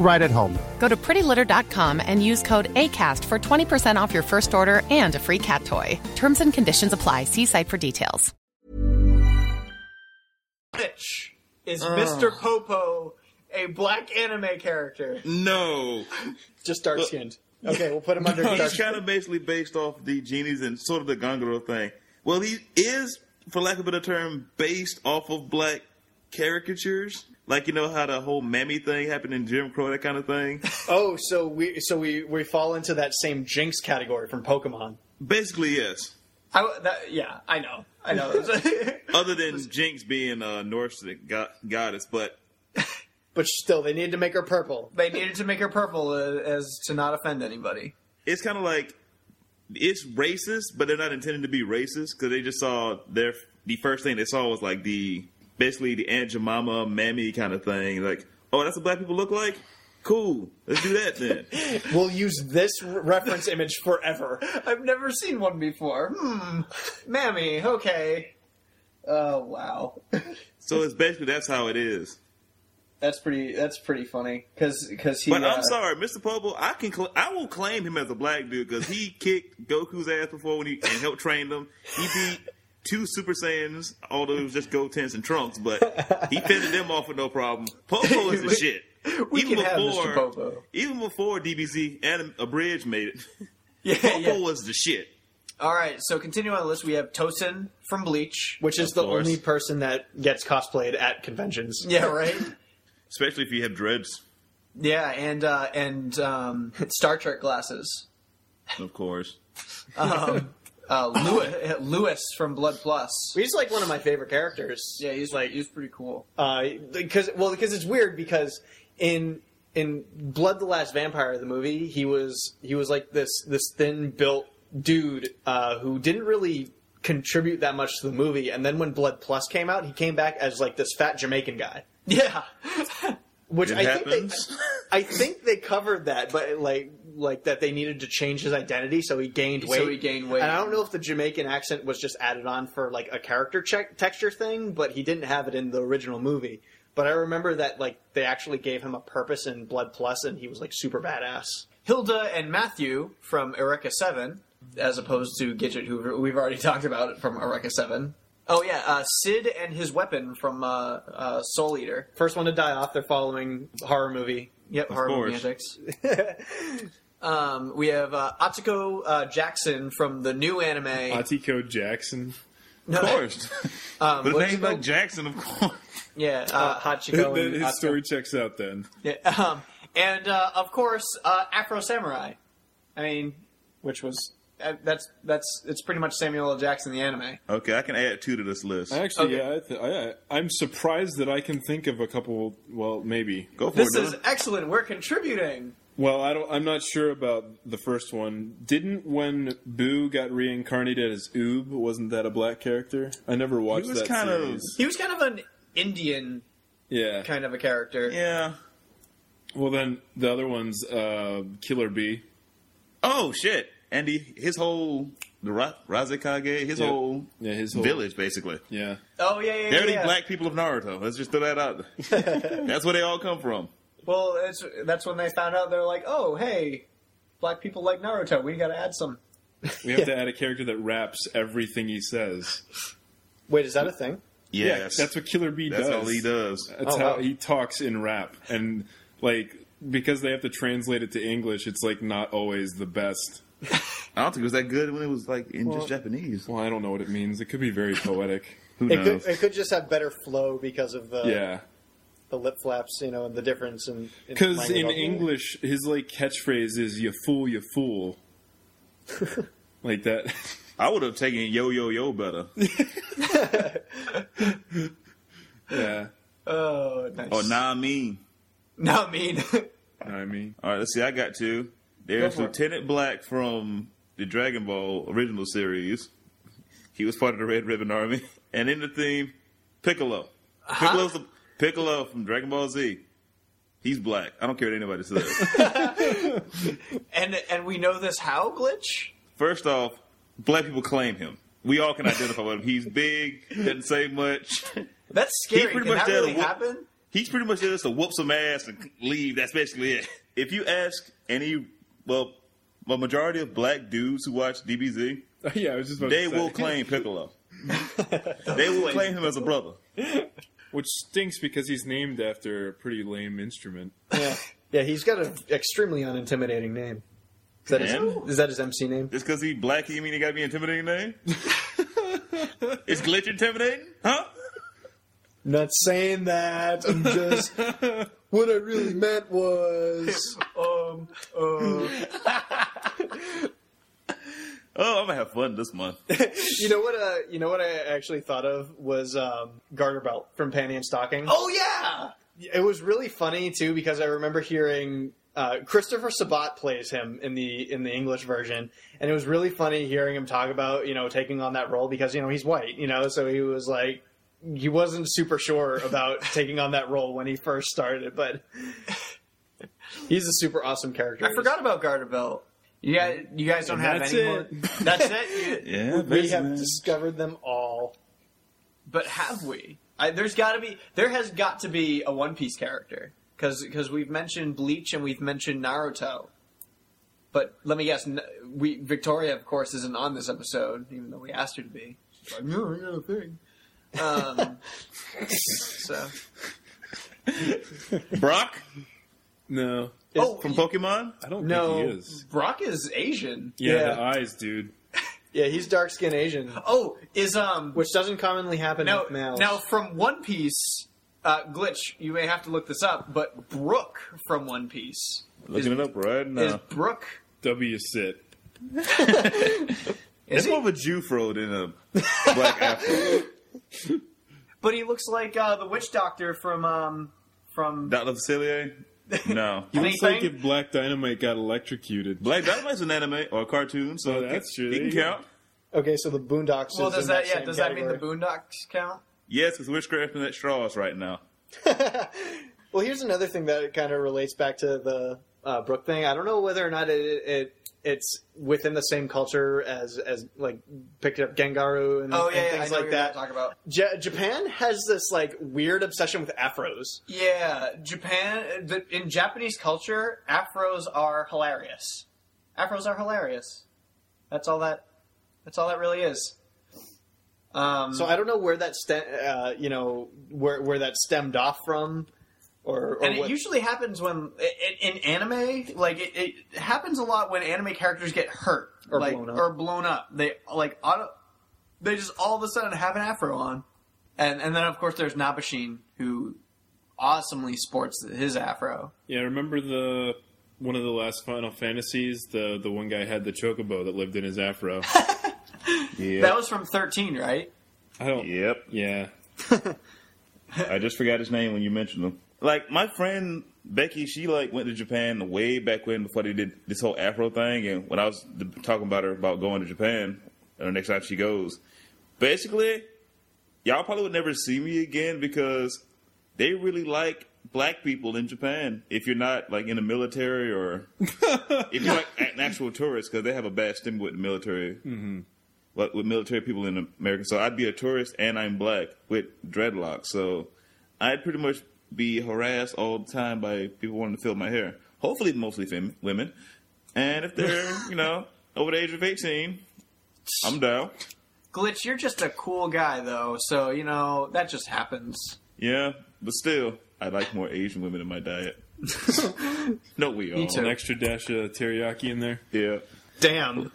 right at home.
Go to prettylitter.com and use code ACAST for 20% off your first order and a free cat toy. Terms and conditions apply. See site for details.
Glitch is
Ah.
Ah.
Mr. Popo, a black anime character.
no.
Just dark skinned. Okay, we'll put
*laughs*
him under dark.
He's kind of basically based off the genies and sort of the Gongoro thing. Well, he is, for lack of a better term, based off of black caricatures. Like you know how the whole mammy thing happened in Jim Crow, that kind of thing.
Oh, so we so we we fall into that same Jinx category from Pokemon.
Basically, yes.
I w that, yeah, I know. I know.
Other than Jinx being a Norse go- goddess, but
*laughs* But still, they need to make her purple.
they needed to make her purple uh, as to not offend anybody.
it's kind of like it's racist, but they're not intending to be racist because they just saw their the first thing they saw was like the basically the Aunt Jemima, Mammy kind of thing. Like, oh, that's what black people look like. Cool, let's do that then.
We'll use this re- reference image forever.
I've never seen one before. Hmm. Mammy, okay. Oh wow,
so it's basically that's how it is.
that's pretty. That's pretty funny because because he.
But
uh,
I'm sorry, Mr. Pobo. I can cl- I will claim him as a black dude because he *laughs* kicked Goku's ass before when he and helped train them. He beat two Super Saiyans, although it was just Gotens and Trunks, but
*laughs*
he fended them off with no problem. Popo is the shit.
We can have Mr. Popo.
even before DBZ and Abridge made it,
*laughs* Yeah,
Popo
yeah.
was the shit.
All right, so continue on the list. We have Tosin from Bleach.
Which is the
course.
only person that gets cosplayed at *laughs* conventions.
Yeah, right.
Especially if you have dreads,
yeah, and uh, and um, Star Trek glasses.
of course.
Uh,
*laughs*
Lewis, Lewis from Blood Plus.
He's like one of my favorite characters. uh,
Yeah, he's like he's pretty cool.
because well, because it's weird because in in Blood the Last Vampire the movie, he was he was like this this thin built dude uh, who didn't really contribute that much to the movie. And then when Blood Plus came out, he came back as like this fat Jamaican guy,
Yeah,
*laughs* which
It
I think
happens.
they, *laughs* I think they covered that, but like like that they needed to change his identity, so he gained weight.
So he gained weight.
And I don't know if the Jamaican accent was just added on for like a character check texture thing, but he didn't have it in the original movie. But I remember that like they actually gave him a purpose in Blood Plus, and he was like super badass.
Hilda and Matthew from Eureka Seven, as opposed to Gidget, who we've already *laughs* talked about from Eureka Seven. Oh yeah, uh, Sid and his weapon from uh, uh, Soul Eater.
First one to die off, they're following horror movie.
Yep, horror movie
course.
antics.
*laughs*
um, we have uh, Atsuko uh, Jackson from the new anime.
Atiko Jackson.
no,
Of
*laughs*
course. but
what is
name
it
like
called?
Jackson, of course.
yeah, uh, Hot Chico
That-
and
His
Atsuko.
story checks out then.
Yeah, um, and uh, of course, uh, Afro Samurai. I mean,
Which was
that- that's that's it's pretty much Samuel L. Jackson the anime.
*laughs* Okay, I can add two to this list.
I actually,
Okay.
yeah, I th- I, I'm surprised that I can think of a couple. Well, maybe.
Go for
This
it.
is
Mm-hmm.
Dylan.
excellent. We're contributing.
Well, I don't. I'm not sure about the first one. Didn't when Boo got reincarnated as Oob? Wasn't that a black character? I never watched
was
that
kind of-
series.
He was kind of an Indian
yeah.
kind of a character.
yeah.
Well, then the other one's uh, Killer Bee.
Oh shit! Andy, his whole the Ra- Razakage, his
Yeah.
whole
Yeah, his whole
village basically.
Yeah.
Oh yeah, yeah,
They're
yeah.
the black people of Naruto. Let's just throw that out. there.
*laughs*
That's where they all come from.
Well, it's, that's when they found out. They're like, oh hey, black people like Naruto. We got to add some.
We have to add a character that raps everything he says.
Wait, is that a thing?
Yes,
Yeah, that's what Killer Bee
That's
does.
all he does.
That's
Oh,
how
wow.
he talks in rap, and like because they have to translate it to English, it's like not always the best.
I don't think it was that good when it was like in just Japanese.
Well, I don't know what it means. It could be very poetic.
Who
It
knows?
could, Uh, it could just have better flow because of the
yeah,
the lip flaps, you know, and the difference in in
because
language.
in English, his like catchphrase is "you fool, you
*laughs*
fool," like that. *laughs*
I would have taken yo yo yo better
yeah,
Oh, nice.
or nah mean.
Not mean. *laughs*
know what I mean,
All right, let's see. I got two. There's
for it.
Lieutenant Black from the Dragon Ball original series. He was part of the Red Ribbon Army, *laughs* and in the theme, Piccolo. Piccolo's the, Piccolo from Dragon Ball Z. He's black. I don't care what anybody
*laughs*
says.
and and we know this how glitch.
First off, black people claim him. We all can identify with him. He's big, doesn't say much.
That's
He's
scary. Can that
there to
really
whoop-
happen?
He's pretty much there just to whoop some ass and leave. That's basically it. If you ask any, well, a majority of black dudes who watch DBZ,
Oh, yeah. I was just about
they
to say.
will claim *laughs* Piccolo. they will claim him as a brother.
which stinks because he's named after a pretty lame instrument.
yeah. yeah, he's got an extremely unintimidating name. Is that, his,
And?
is that his MC name?
Just because he black, he mean he got to be intimidating *laughs* name? Is Glitch intimidating? Huh?
Not saying that. I'm
*laughs*
just what I really meant was
Um. Uh,
Oh, I'm gonna have fun this month.
you know what? Uh, you know what I actually thought of was um, Garter Belt from Panty and Stocking.
oh yeah.
It was really funny too because I remember hearing uh, Christopher Sabat plays him in the in the English version, and it was really funny hearing him talk about you know taking on that role because you know he's white, you know, so he was like he wasn't super sure
*laughs*
about taking on that role when he first started, but *laughs* he's a super awesome character.
I forgot about Garter Belt. You guys, you guys don't have
That's
any more.
it.
That's it. You-
Yeah,
*laughs* We have discovered them all.
But have we? I, there's got to be. There has got to be a One Piece character because we've mentioned Bleach and we've mentioned Naruto. But let me guess. n- We Victoria, of course, isn't on this episode, even though we asked her to be. She's like, no, I got a thing. Um, so,
Brock
No,
oh,
from Pokemon.
I don't
No.
think he is.
Brock is Asian.
Yeah,
Yeah.
the uh, eyes, dude.
Yeah, he's dark skinned Asian,
Oh, is um
which doesn't commonly happen
Now,
with males.
now from One Piece, uh, glitch. You may have to look this up, but Brooke from One Piece
Looking it up right
is
now.
Brooke.
W sit.
Is
It's
he?
more of a Jufro than a
*laughs*
black afro.
But he looks like uh, the witch doctor from um from
Dr. Facilier? No.
It's like
anything.
if Black Dynamite got electrocuted.
Black Dynamite's an anime or a cartoon, so
Oh, that's true.
He
There
can
you go.
count.
okay, so the Boondocks.
Well,
is
does
in
that yeah?
same
Does
category.
that mean the Boondocks count?
Yes, because witchcrafting at straws right now.
Well, here's another thing that kind of relates back to the uh, Brook thing. I don't know whether or not it, it it's within the same culture as as like picked up Gengaru and,
Oh
and
yeah, yeah,
things
I know
like
what you're
that.
Talk about
Ja- Japan has this like weird obsession with afros.
yeah, Japan. The, in Japanese culture, afros are hilarious. Afros are hilarious. That's all that. That's all that really is. Um,
So I don't know where that stem, uh, you know, where where that stemmed off from, or, or
and
what-
it usually happens when in, in anime like it, it happens a lot when anime characters get hurt
Or
like,
blown up.
or blown up they like auto, they just all of a sudden have an afro on and and then of course there's Nabashin who awesomely sports his afro
Yeah, remember the one of the last Final Fantasies, the the one guy had the chocobo that lived in his
*laughs*
afro.
Yep.
That was from 13, right?
I don't.
yep.
Yeah.
I just forgot his name when you mentioned him. Like my friend Becky, she like went to Japan way back when before they did this whole Afro thing, and when I was th- talking about her about going to Japan, and the next time she goes, basically, y'all probably would never see me again because they really like black people in Japan. If you're not like in the military *laughs* or if you're like an actual tourist, because they have a bad stigma with the military, mm-hmm. like with military people in America. So I'd be a tourist and I'm black with dreadlocks. So I'd pretty much be harassed all the time by people wanting to fill my hair. Hopefully, mostly fem- women. And if they're you know over the age of eighteen, I'm down.
Glitch, you're just a cool guy, though, so, you know, that just happens.
Yeah, but still, I like more Asian women in my diet. no, we all.
An extra dash of teriyaki in there.
Yeah.
Damn.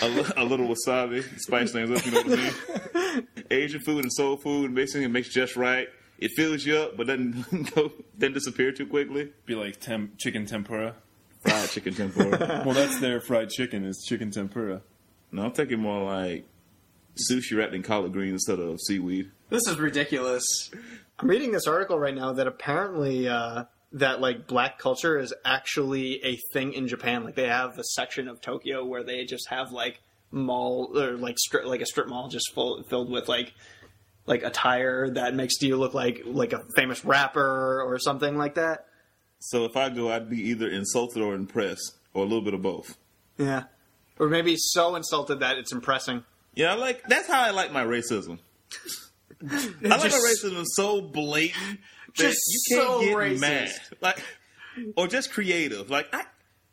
a, li- a little wasabi, spice things up. You know what I mean? Asian food and soul food, mixing it makes just right. It fills you up, but doesn't *laughs* go, doesn't disappear too quickly.
Be like tem- chicken tempura.
Fried chicken tempura.
*laughs* Well, that's their fried chicken. Is chicken tempura.
no, I'm thinking more like sushi wrapped in collard greens instead of seaweed.
This is ridiculous.
I'm reading this article right now that apparently uh, that like black culture is actually a thing in Japan. Like they have a section of Tokyo where they just have like mall or like strip like a strip mall just full filled with like like attire that makes you look like like a famous rapper or something like that.
So if I go, I'd be either insulted or impressed, or a little bit of both.
Yeah. Or maybe so insulted that it's impressing.
Yeah, I like that's how I like my racism. I like my racism so blatant that
Just
you can't
so
get
racist.
mad, like, or just creative. Like, I,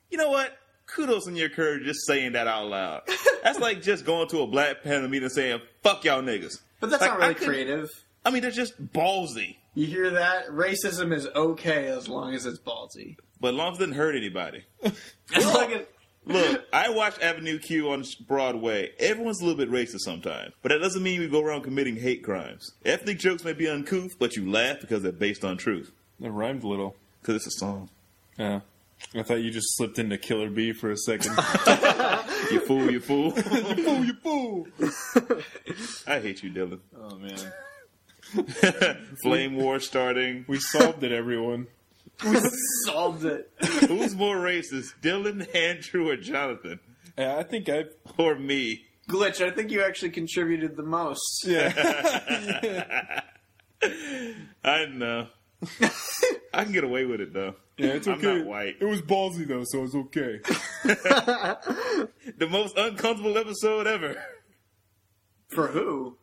you know what? Kudos on your courage just saying that out loud. That's like just going to a black panel meeting and saying "fuck y'all niggas."
But that's
Like,
not
I
really
couldn't-
creative.
I mean, that's just ballsy.
You hear that? Racism is okay as long as it's ballsy.
But as long as it didn't hurt anybody.
*laughs*
As long as-
Look, I watch Avenue Q on Broadway. Everyone's a little bit racist sometimes, but that doesn't mean we go around committing hate crimes. Ethnic jokes may be uncouth, but you laugh because they're based on truth.
It rhymed a little.
Because it's a song.
Yeah. I thought you just slipped into Killer B for a second. *laughs*
You fool, you fool. you fool, you fool. *laughs* I hate you, Dylan.
oh man.
*laughs* Flame war starting.
We solved it, everyone.
solved it.
Who's more racist, Dylan, *laughs* Andrew, or Jonathan?
Yeah, I think I.
Or me?
Glitch, I think you actually contributed the most.
Yeah. *laughs*
I know. I can get away with it, though.
yeah it's
I'm
okay.
not white.
It was ballsy though, so it's okay.
The most uncomfortable episode ever. *laughs*
For who?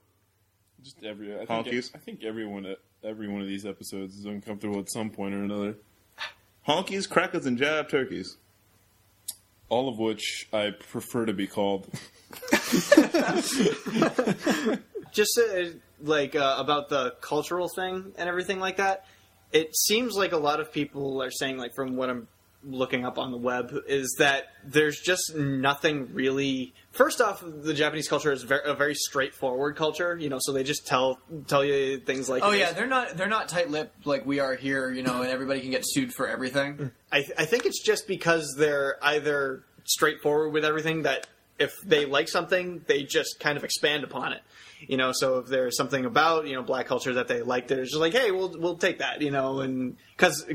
Just every. I think,
Honkies.
I think everyone. Every one of these episodes is uncomfortable at some point or another.
Honkies, crackers, and jive turkeys.
All of which I prefer to be called.
just uh, like uh, about the cultural thing and everything like that it seems like a lot of people are saying like from what i'm looking up on the web is that there's just nothing really first off the japanese culture is ver- a very straightforward culture you know so they just tell tell you things like
Oh
it
yeah,
is.
they're not they're not tight lipped like we are here, you know, and everybody can get sued for everything.
I, th- I think it's just because they're either straightforward with everything that if they like something, they just kind of expand upon it. You know, so if there's something about you know black culture that they like, they're just like, hey, we'll we'll take that. You know, and because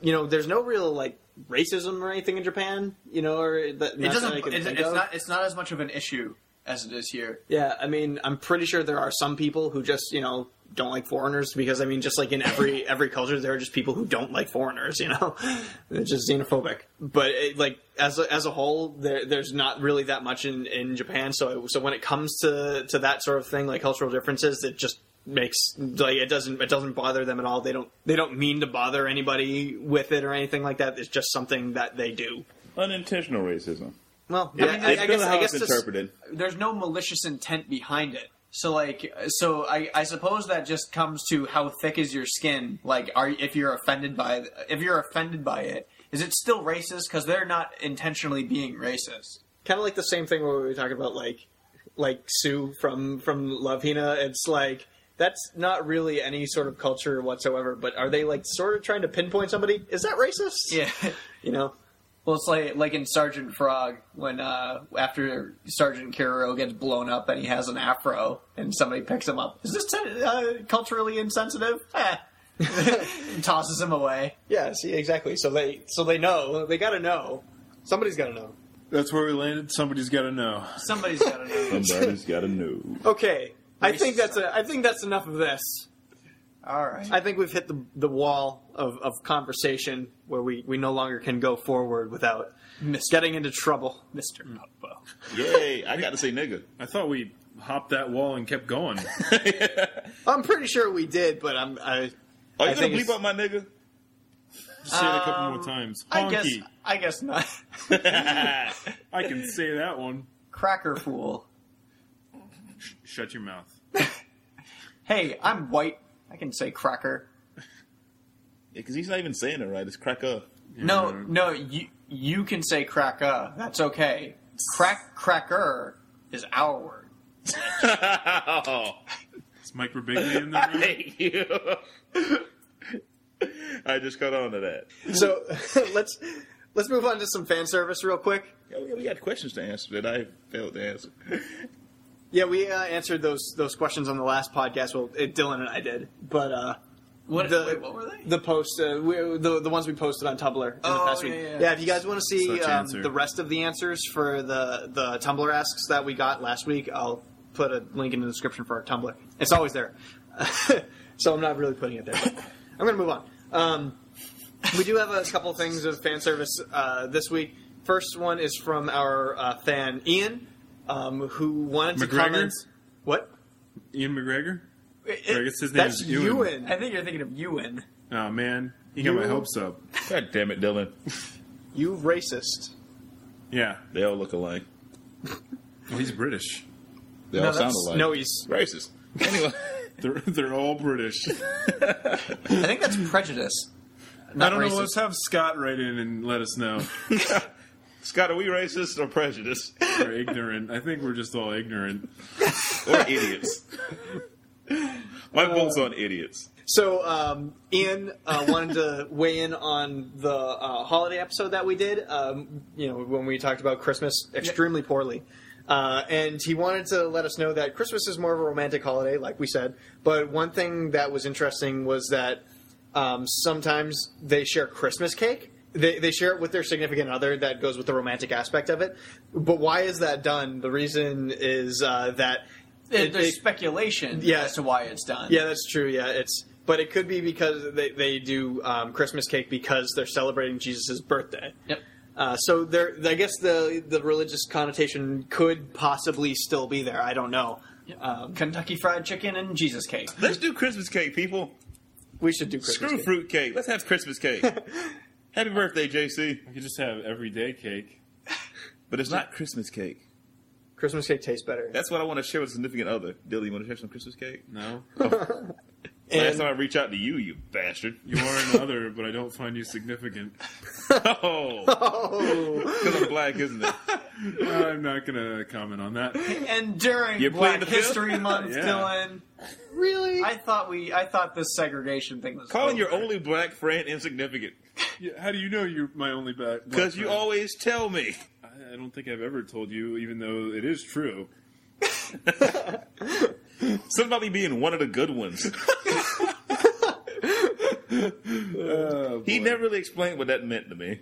you know there's no real like racism or anything in Japan. You know, or that,
It doesn't. It's, it's not. It's not as much of an issue as it is here.
Yeah, I mean, I'm pretty sure there are some people who just you know don't like foreigners because I mean, just like in every every culture, there are just people who don't like foreigners. You know, *laughs* they're just xenophobic. But it, like as a, as a whole, there, there's not really that much in in Japan. So so when it comes to to that sort of thing, like cultural differences, it just makes like it doesn't it doesn't bother them at all. They don't they don't mean to bother anybody with it or anything like that. It's just something that they do.
Unintentional racism.
Well, I, mean, I,
It's
I
kind
guess
of how
I guess
it's
this-
interpreted.
There's no malicious intent behind it. So like, so I, I suppose that just comes to how thick is your skin. Like, are if you're offended by if you're offended by it, is it still racist? Because they're not intentionally being racist.
kind of like the same thing where we were talking about like like Sue from from Love Hina. It's like that's not really any sort of culture whatsoever. But are they like sort of trying to pinpoint somebody? Is that racist?
Yeah.
you know.
Well, it's like like in Sergeant Frog when uh, after Sergeant Kiro gets blown up and he has an afro and somebody picks him up. Is this t- uh, culturally insensitive? Eh. *laughs* And tosses him away.
Yeah, see, exactly. So they so they know. They got to know. Somebody's got to know.
That's where we landed. Somebody's got to know.
Somebody's got to know.
Somebody's got to know.
*laughs* Okay, I think that's a, I think that's enough of this.
All right.
I think we've hit the the wall of, of conversation where we, we no longer can go forward without getting into trouble.
Mr. Puppo.
Yay! I got to say nigga.
I thought we hopped that wall and kept going.
I'm pretty sure we did, but I'm
Are
I I
you gonna
think it's-
bleep out my nigga?
Just say it a couple more times.
Um, I guess
Honky.
I guess not. *laughs*
I can say that one.
Cracker fool.
Shut your mouth.
Hey, I'm white. I can say cracker.
Because he's not even saying it right. It's crack
*laughs*
up. *laughs*
No, no, you you can say cracker. That's okay. Crack cracker is our word.
Is Mike Birbiglia in the
*laughs*
room?
Thank you. I just caught on to that.
So *laughs* let's let's move on to some fan service real quick.
Yeah, we- we got questions to answer that I failed to answer.
Yeah, we uh, answered those those questions on the last podcast. Well, it, Dylan and I did, but uh,
What?
The-
wait, what were they?
the post uh, we, the the ones we posted on Tumblr in the
Oh,
past week.
yeah, yeah.
if you guys want to see
Such
um,
answer.
the rest of the answers for the the Tumblr asks that we got last week, I'll put a link in the description for our Tumblr. It's always there, so I'm not really putting it there. but I'm going to move on. Um, we do have a couple things of fan service uh, this week. First one is from our uh, fan Ian, um, who wanted to
McGregor?
comment. What?
Ian McGregor?
It-
Or I guess his name
That's
is Ewan.
Ewan.
I think you're thinking of Ewan.
Oh, man. He got my hopes up.
God damn it, Dylan.
You racist.
Yeah.
They all look alike.
Well, he's British.
They all sound alike.
No, he's
racist.
*laughs*
Anyway,
They're, they're all *laughs* British.
I think that's prejudice.
I
Not
don't
racist.
know. Let's have Scott write in and let us know.
Scott, are we racist or prejudiced
*laughs* we're ignorant. I think we're just all ignorant.
or
*laughs*
idiots? My vote's on idiots.
So um, Ian uh, wanted to weigh in on the uh, holiday episode that we did. Um, you know, when we talked about Christmas extremely poorly, uh, and he wanted to let us know that Christmas is more of a romantic holiday, like we said. But one thing that was interesting was that um, sometimes they share Christmas cake. They, they share it with their significant other that goes with the romantic aspect of it. But why is that done? The reason is uh, that
It- there's
it-
speculation
Yeah.
as to why it's done.
yeah, that's true. Yeah, it's but it could be because they they do um, Christmas cake because they're celebrating Jesus' birthday.
Yep.
Uh, so there, I guess the the religious connotation could possibly still be there. I don't know.
Um, Kentucky Fried Chicken and Jesus cake.
Let's do Christmas cake, people.
We should do Christmas.
Screw
cake.
fruit cake. Let's have Christmas *laughs* cake. Happy birthday, JC.
We could just have everyday cake.
But it's not Christmas cake.
Christmas cake tastes better.
That's what I want to share with a significant other. Dilly, you want to share some Christmas cake?
No?
Last time I reach out to you, you bastard.
You are another, but I don't find you significant.
Oh, because I'm black, isn't *laughs* it?
Uh, I'm not going to comment on that.
And during
You're playing
Black
the fifth?
History Month,
*laughs* Yeah.
Dylan,
really?
I thought we, I thought this segregation thing was
Calling
over.
your only black friend insignificant
Yeah, How do you know you're my only back?
because you always tell me.
I don't think I've ever told you, even though it is true.
Something about me being one of the good *laughs* ones. he never really explained what that meant to me.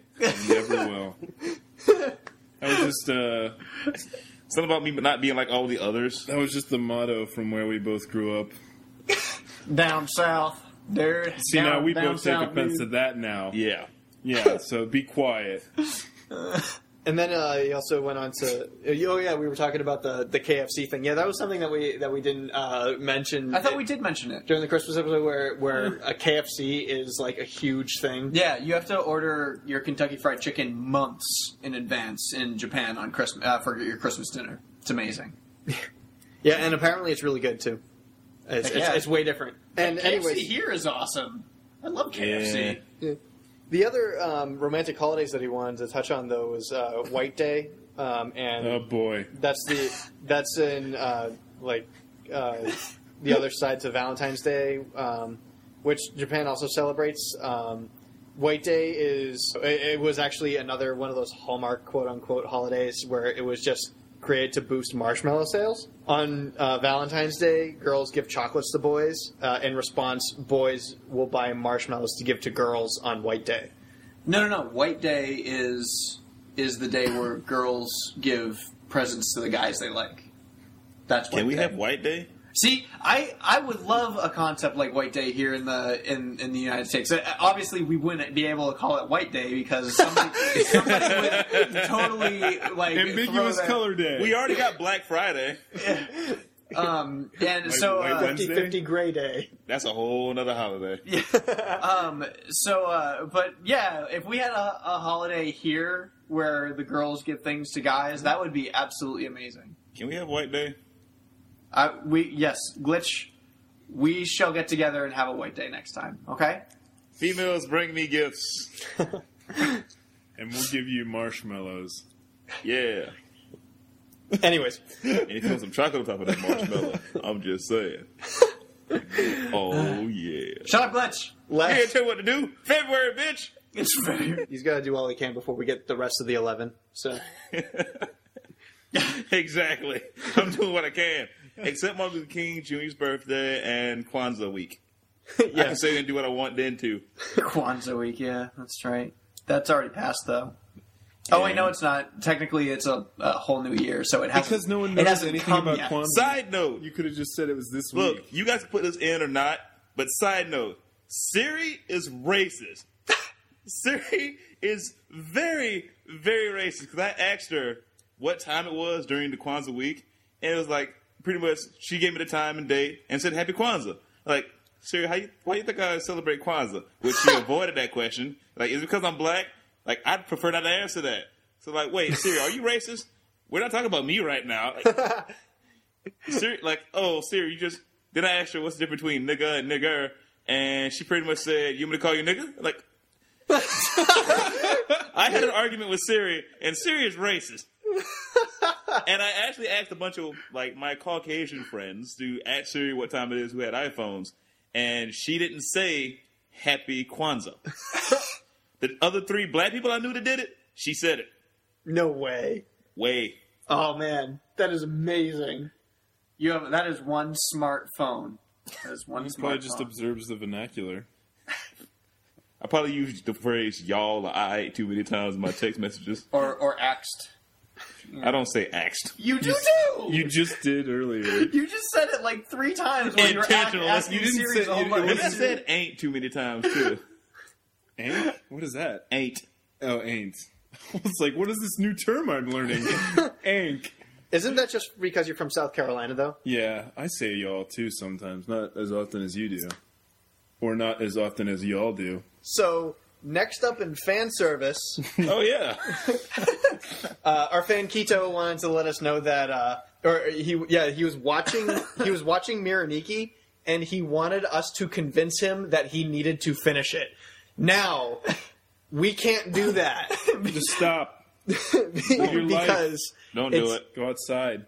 Never will. That was just uh,
Something about me not being like all the others.
that was just the motto from where we both grew up.
down south, dude.
See
down,
now we
down
both take
south,
offense
dude.
to that now.
Yeah.
Yeah, so be quiet.
And then uh, he also went on to oh yeah, we were talking about the the KFC thing. Yeah, that was something that we that we didn't uh, mention.
I thought we did mention it.
during the Christmas episode where where a KFC is like a huge thing.
Yeah, you have to order your Kentucky Fried Chicken months in advance in Japan on Christmas uh, for your Christmas dinner. It's amazing.
Yeah, and apparently it's really good too. It's, it's,
Yeah.
it's way different. And
KFC
anyways,
here is awesome. I love KFC.
the other um, romantic holidays that he wanted to touch on though was uh, White Day, um, and
Oh boy.
that's the that's in uh, like uh, the other side to Valentine's Day, um, which Japan also celebrates. Um,
White Day is it, it was actually another one of those hallmark quote unquote holidays where it was just created to boost marshmallow sales. On uh, Valentine's Day, girls give chocolates to boys. Uh, in response, boys will buy marshmallows to give to girls on White Day.
No, no, no. White Day is is the day where girls give presents to the guys they like. That's White
Can we
Day.
have White Day?
See, I, I would love a concept like White Day here in the in, in the United States. Uh, Obviously, we wouldn't be able to call it White Day
*laughs*
because somebody, somebody would totally like throw
Ambiguous
that-
color day.
We already got Black Friday.
Um, and so
White
uh,
Wednesday?
50 gray day.
That's a whole nother holiday.
Um, so, uh, but yeah, if we had a, a holiday here where the girls give things to guys, that would be absolutely amazing.
Can we have White Day?
I, we yes, glitch. We shall get together and have a white day next time. Okay.
Females bring me gifts.
and we'll give you marshmallows.
Yeah.
*laughs* Anyways,
And if you want some chocolate on top of that marshmallow, I'm just
*laughs*
saying. Oh yeah.
Shut up, glitch.
I can't
last,
tell you what to do. February, bitch.
*laughs*
*laughs*
It's very
he's got to do all he can before we get the rest of the 11. So
Exactly. I'm doing what I can. Except Martin Luther King Jr.'s birthday and Kwanzaa week. I can say and do what I want then too.
Kwanzaa week. Yeah, that's right. That's already passed though. Oh wait, no, it's not. Technically, it's a, a whole new year, so it hasn't.
Because no one
it
knows
hasn't
anything
come
about
yet.
Kwanzaa.
Side note.
You could have just said it was this
Look,
week.
you guys can put this in or not, but side note, Siri is racist. *laughs* Siri is very, very racist because I asked her what time it was during the Kwanzaa week, and it was like pretty much she gave me the time and date and said Happy Kwanzaa. Like Siri, how you, why you think I celebrate Kwanzaa? Which
*laughs*
she avoided that question. Like, is it because I'm black? Like, I'd prefer not to answer that. So like, wait, Siri, are you racist? We're not talking about me right now. Like,
*laughs*
Siri, like, oh, Siri, you just. Then I asked her what's the difference between nigga and nigger, and she pretty much said, "You want me to call you nigga?" Like, I had an argument with Siri, and Siri
*laughs*
is racist. and I actually asked a bunch of like my Caucasian friends to ask Siri what time it is who had iPhones, and she didn't say Happy Kwanzaa. *laughs* the other three black people I knew that did it, she said it.
no way.
Way.
Oh man, that is amazing.
You have that is one smartphone. That is one
Probably
smartphone.
just observes the vernacular.
I probably used the phrase y'all or I too many times in my text messages.
or or axed.
I don't say axed.
You do too.
You just did earlier.
You just said it like three times when you were act-
*laughs* Intentional.
asking
You didn't
Siri
say-
a whole
you- Oh
bunch.
And I said ain't too many times too.
*laughs* ain't? What is that?
ain't.
Oh, ain't. *laughs* It's like, what is this new term I'm *laughs* learning? Ain't.
Isn't that just because you're from South Carolina though?
Yeah, I say y'all too sometimes, not as often as you do, or not as often as y'all do.
So next up in fan service,
Oh yeah.
uh, our fan Keto wanted to let us know that, uh, or he yeah he was watching he was watching Miraniki and he wanted us to convince him that he needed to finish it. Now we can't do that *laughs*
Just stop. your life.
because
Don't
it's,
do it.
Go outside.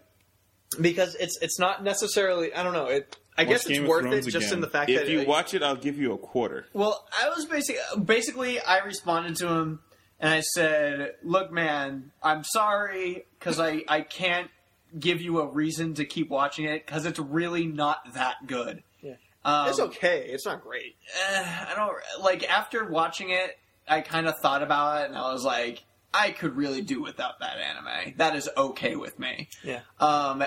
because it's it's not necessarily I don't know it. I guess
Game
it's
of
worth it
Thrones
just
again.
in the fact
If
that
you
it-
watch it, I'll give you a quarter.
Well, I was basically basically I responded to him and I said, "Look, man, I'm sorry because I I can't give you a reason to keep watching it because it's really not that good. Um,
it's okay. It's not great.
I don't like after watching it. I kind of thought about it and I was like." I could really do without that anime. That is okay with me.
Yeah.
Um,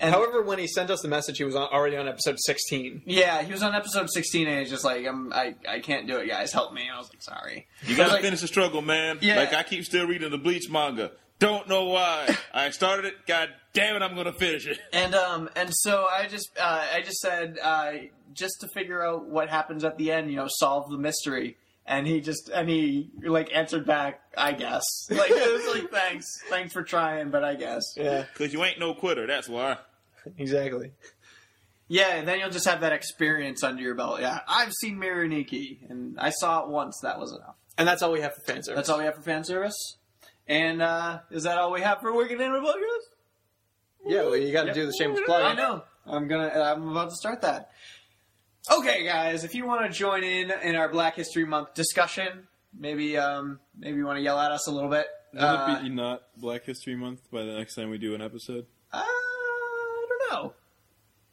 and
However, when he sent us the message, he was on, already on episode sixteen.
Yeah, he was on episode 16 and he's just like, I'm, I, I can't do it, guys. Help me. And I was like, sorry.
You gotta
like-
finish the struggle, man.
Yeah.
Like I keep still reading the Bleach manga. Don't know why. I started it. God damn it! I'm gonna finish it. *laughs*
And, um, and so I just, uh, I just said, uh, just to figure out what happens at the end, you know, solve the mystery. And he just, and he, like, answered back, I guess. Like, it was like, thanks. Thanks for trying, but I guess.
Yeah,
Cause you ain't no quitter. That's why.
exactly.
Yeah, and then you'll just have that experience under your belt. Yeah, I've seen Miraniki, and I saw it once. That was enough.
And that's all we have for fan service.
That's all we have for fan service. And uh, is that all we have for Wicked Anime Podcast?
Yeah, well, you got to do the shameless plug.
I know. I'm gonna. I'm about to start that. Okay, guys, if you want to join in in our Black History Month discussion, Maybe um, maybe you want to yell at us a little bit.
Will
Uh,
it be not Black History Month by the next time we do an episode?
Uh, I don't know.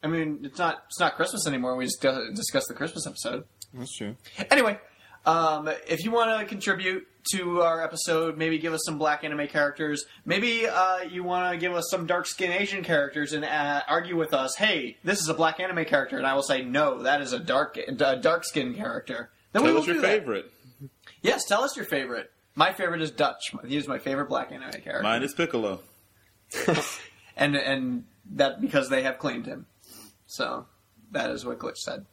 I mean, it's not it's not Christmas anymore. We just discuss- discussed the Christmas episode.
That's true.
Anyway, um, if you want to contribute to our episode, maybe give us some black anime characters. Maybe uh, you want to give us some dark skinned Asian characters and uh, argue with us. Hey, this is a black anime character, and I will say no, that is a dark uh, dark skinned character. Then we
Tell
will
us your
do that.
favorite.
Yes, tell us your favorite. My favorite is Dutch. He is my favorite black anime character,
Mine is Piccolo.
and and that because they have claimed him. So that is what Glitch said.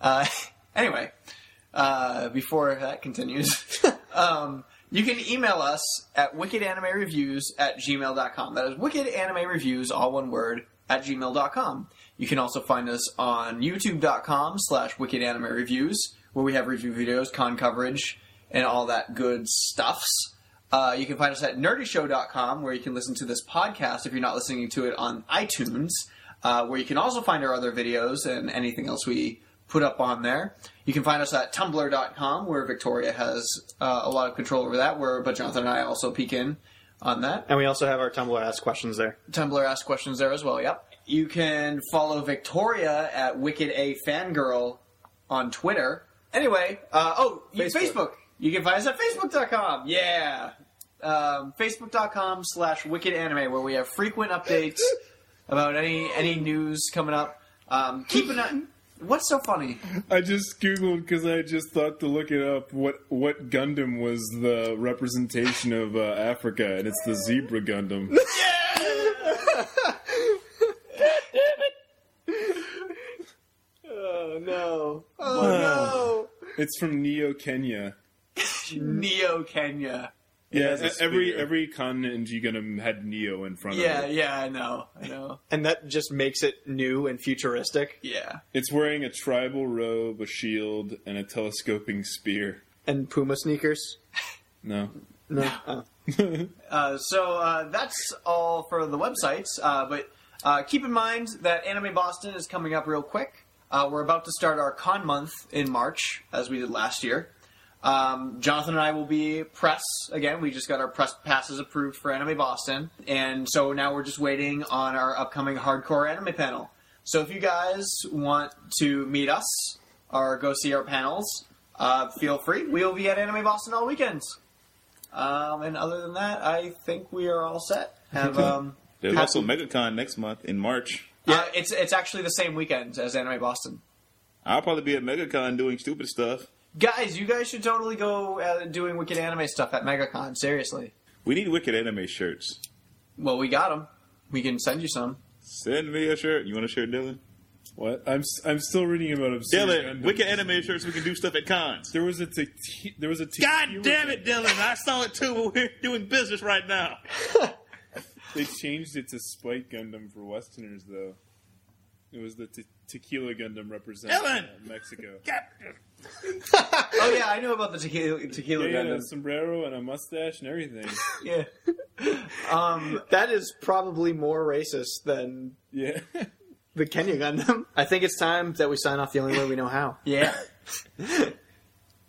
Uh, *laughs* anyway, uh, before that continues, um, you can email us at wickedanimereviews at gmail.com. That is wickedanimereviews, all one word, at gmail.com. You can also find us on youtube.com slash wickedanimereviews, where we have review videos, con coverage, and all that good stuffs. Uh, you can find us at nerdyshow.com, where you can listen to this podcast if you're not listening to it on iTunes, uh, where you can also find our other videos and anything else we put up on there. You can find us at tumblr.com, where Victoria has uh, a lot of control over that, where but Jonathan and I also peek in on that.
And we also have our Tumblr Ask Questions there.
Tumblr asked questions there as well. Yep. You can follow Victoria at Wicked A Fangirl on Twitter. Anyway, uh, oh, you-
Facebook.
Facebook. You can find us at Facebook.com. Yeah. Um, Facebook.com slash Wicked Anime, where we have
*laughs*
frequent updates about any any news coming up. Um, keep an eye. What's so funny?
I just googled because I just thought to look it up. What what Gundam was the representation of uh, Africa? And it's the zebra *laughs* Gundam.
Oh no!
Oh no! It's from Neo Kenya.
Neo Kenya.
Yeah,
has a
e- every
spear.
every continent you Gundam had Neo in front
Yeah,
of it.
yeah, I know. I know.
And that just makes it new and futuristic.
Yeah.
It's wearing a tribal robe, a shield, and a telescoping spear.
And Puma sneakers.
No,
No. Oh.
Uh, so uh, that's all for the websites. Uh, but uh, keep in mind that Anime Boston is coming up real quick. Uh, we're about to start our con month in March, as we did last year. Um, Jonathan and I will be press again. We just got our press passes approved for Anime Boston, and so now we're just waiting on our upcoming hardcore anime panel. So if you guys want to meet us or go see our panels, uh, feel free. We will be at Anime Boston all weekend. Um, and other than that, I think we are all set. Have um,
There's also MegaCon next month in March.
uh, it's it's actually the same weekend as Anime Boston.
I'll probably be at MegaCon doing stupid stuff.
Guys, you guys should totally go uh, doing wicked anime stuff at MegaCon. Seriously.
We need Wicked Anime shirts.
Well, we got them. We can send you some.
Send me a shirt. You want a shirt, Dylan?
what? I'm s- I'm still reading about obscene
Dylan,
Gundams.
Wicked Anime shirts. We can do stuff at cons.
There was a te- there was a te-
God damn it, Dylan! I saw it too. But we're doing business right now.
They changed it to Spike Gundam for Westerners, though. It was the te- Tequila Gundam representing
Ellen!
uh, Mexico.
Oh yeah, I know about the tequila, tequila
They had
Gundam.
a sombrero and a mustache and everything. *laughs*
Yeah.
That is probably more racist than
Yeah.
the Kenya Gundam. *laughs* I think it's time that we sign off the only way we know how.
*laughs*
*laughs*
Yeah.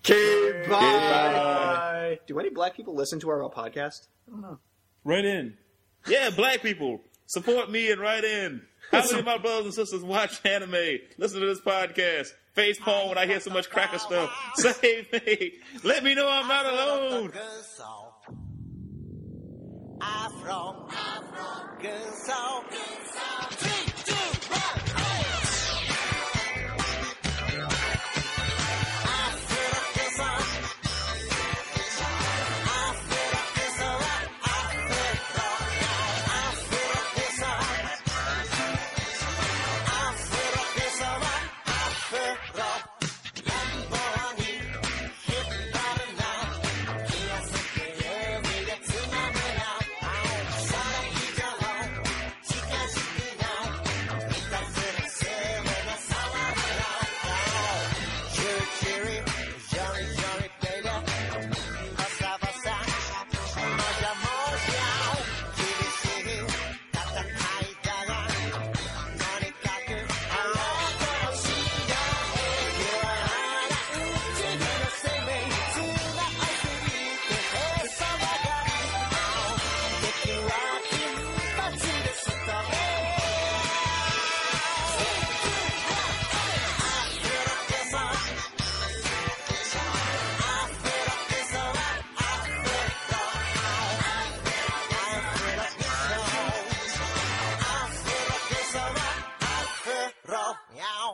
Okay,
bye.
Do any black people listen to our podcast?
right in.
Yeah, black people, support me and write in. How many of my brothers and sisters watch anime? Listen to this podcast. Face palm when I hear so much cracker stuff. *laughs* Save me. Let me know I'm not alone.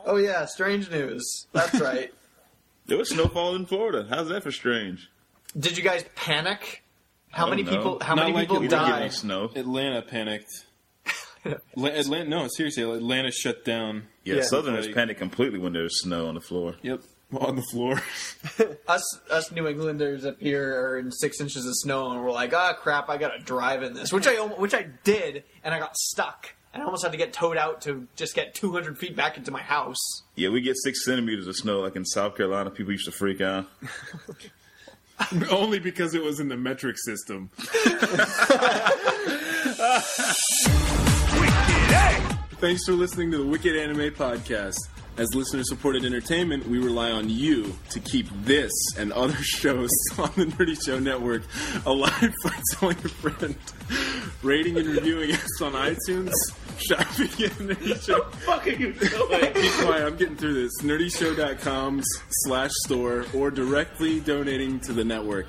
Oh yeah, strange news. That's right.
There was snowfall in Florida. How's that for strange?
*laughs* Did you guys panic? How
Oh,
many
no.
people? How
Not
many
like
people
we didn't get any
died?
snow.
Atlanta panicked. La- Atlanta, no, seriously, Atlanta shut down.
Yeah, Southerners
Like,
panic completely when there's snow on the floor.
Yep, on the
*laughs*
floor.
Us, us New Englanders up here are in six inches of snow, and we're like, ah, crap, I gotta drive in this, which I al- which I did, and I got stuck, and I almost had to get towed out to just get 200 feet back into my house.
Yeah, we get six centimeters of snow. Like in South Carolina, people used to freak out.
*laughs* Only because it was in the metric system. *laughs* Thanks for listening to the Wicked Anime Podcast. As listener supported entertainment, we rely on you to keep this and other *laughs* shows on the Nerdy Show Network alive *laughs* by telling a friend, rating and reviewing us on iTunes, *laughs* shopping at Nerdy Show. fuck are you doing? Keep quiet, I'm getting through this. NerdyShow.com slash store or directly donating to the network.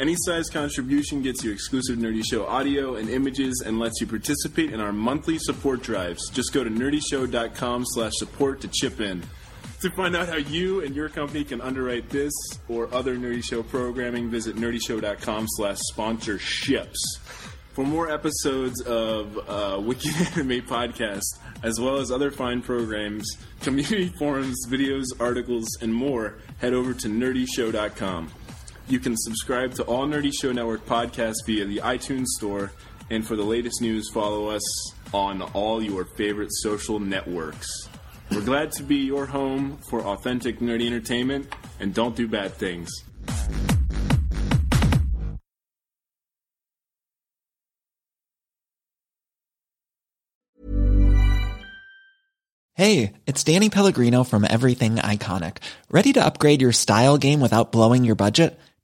Any size contribution gets you exclusive Nerdy Show audio and images and lets you participate in our monthly support drives. Just go to nerdyshow.com slash support to chip in. To find out how you and your company can underwrite this or other Nerdy Show programming, visit nerdyshow.com slash sponsorships. For more episodes of uh, Wicked *laughs* Anime Podcast, as well as other fine programs, community forums, videos, articles, and more, head over to nerdyshow.com. You can subscribe to all Nerdy Show Network podcasts via the iTunes Store. And for the latest news, follow us on all your favorite social networks. We're glad to be your home for authentic nerdy entertainment and don't do bad things.
Hey, it's Danny Pellegrino from Everything Iconic. Ready to upgrade your style game without blowing your budget?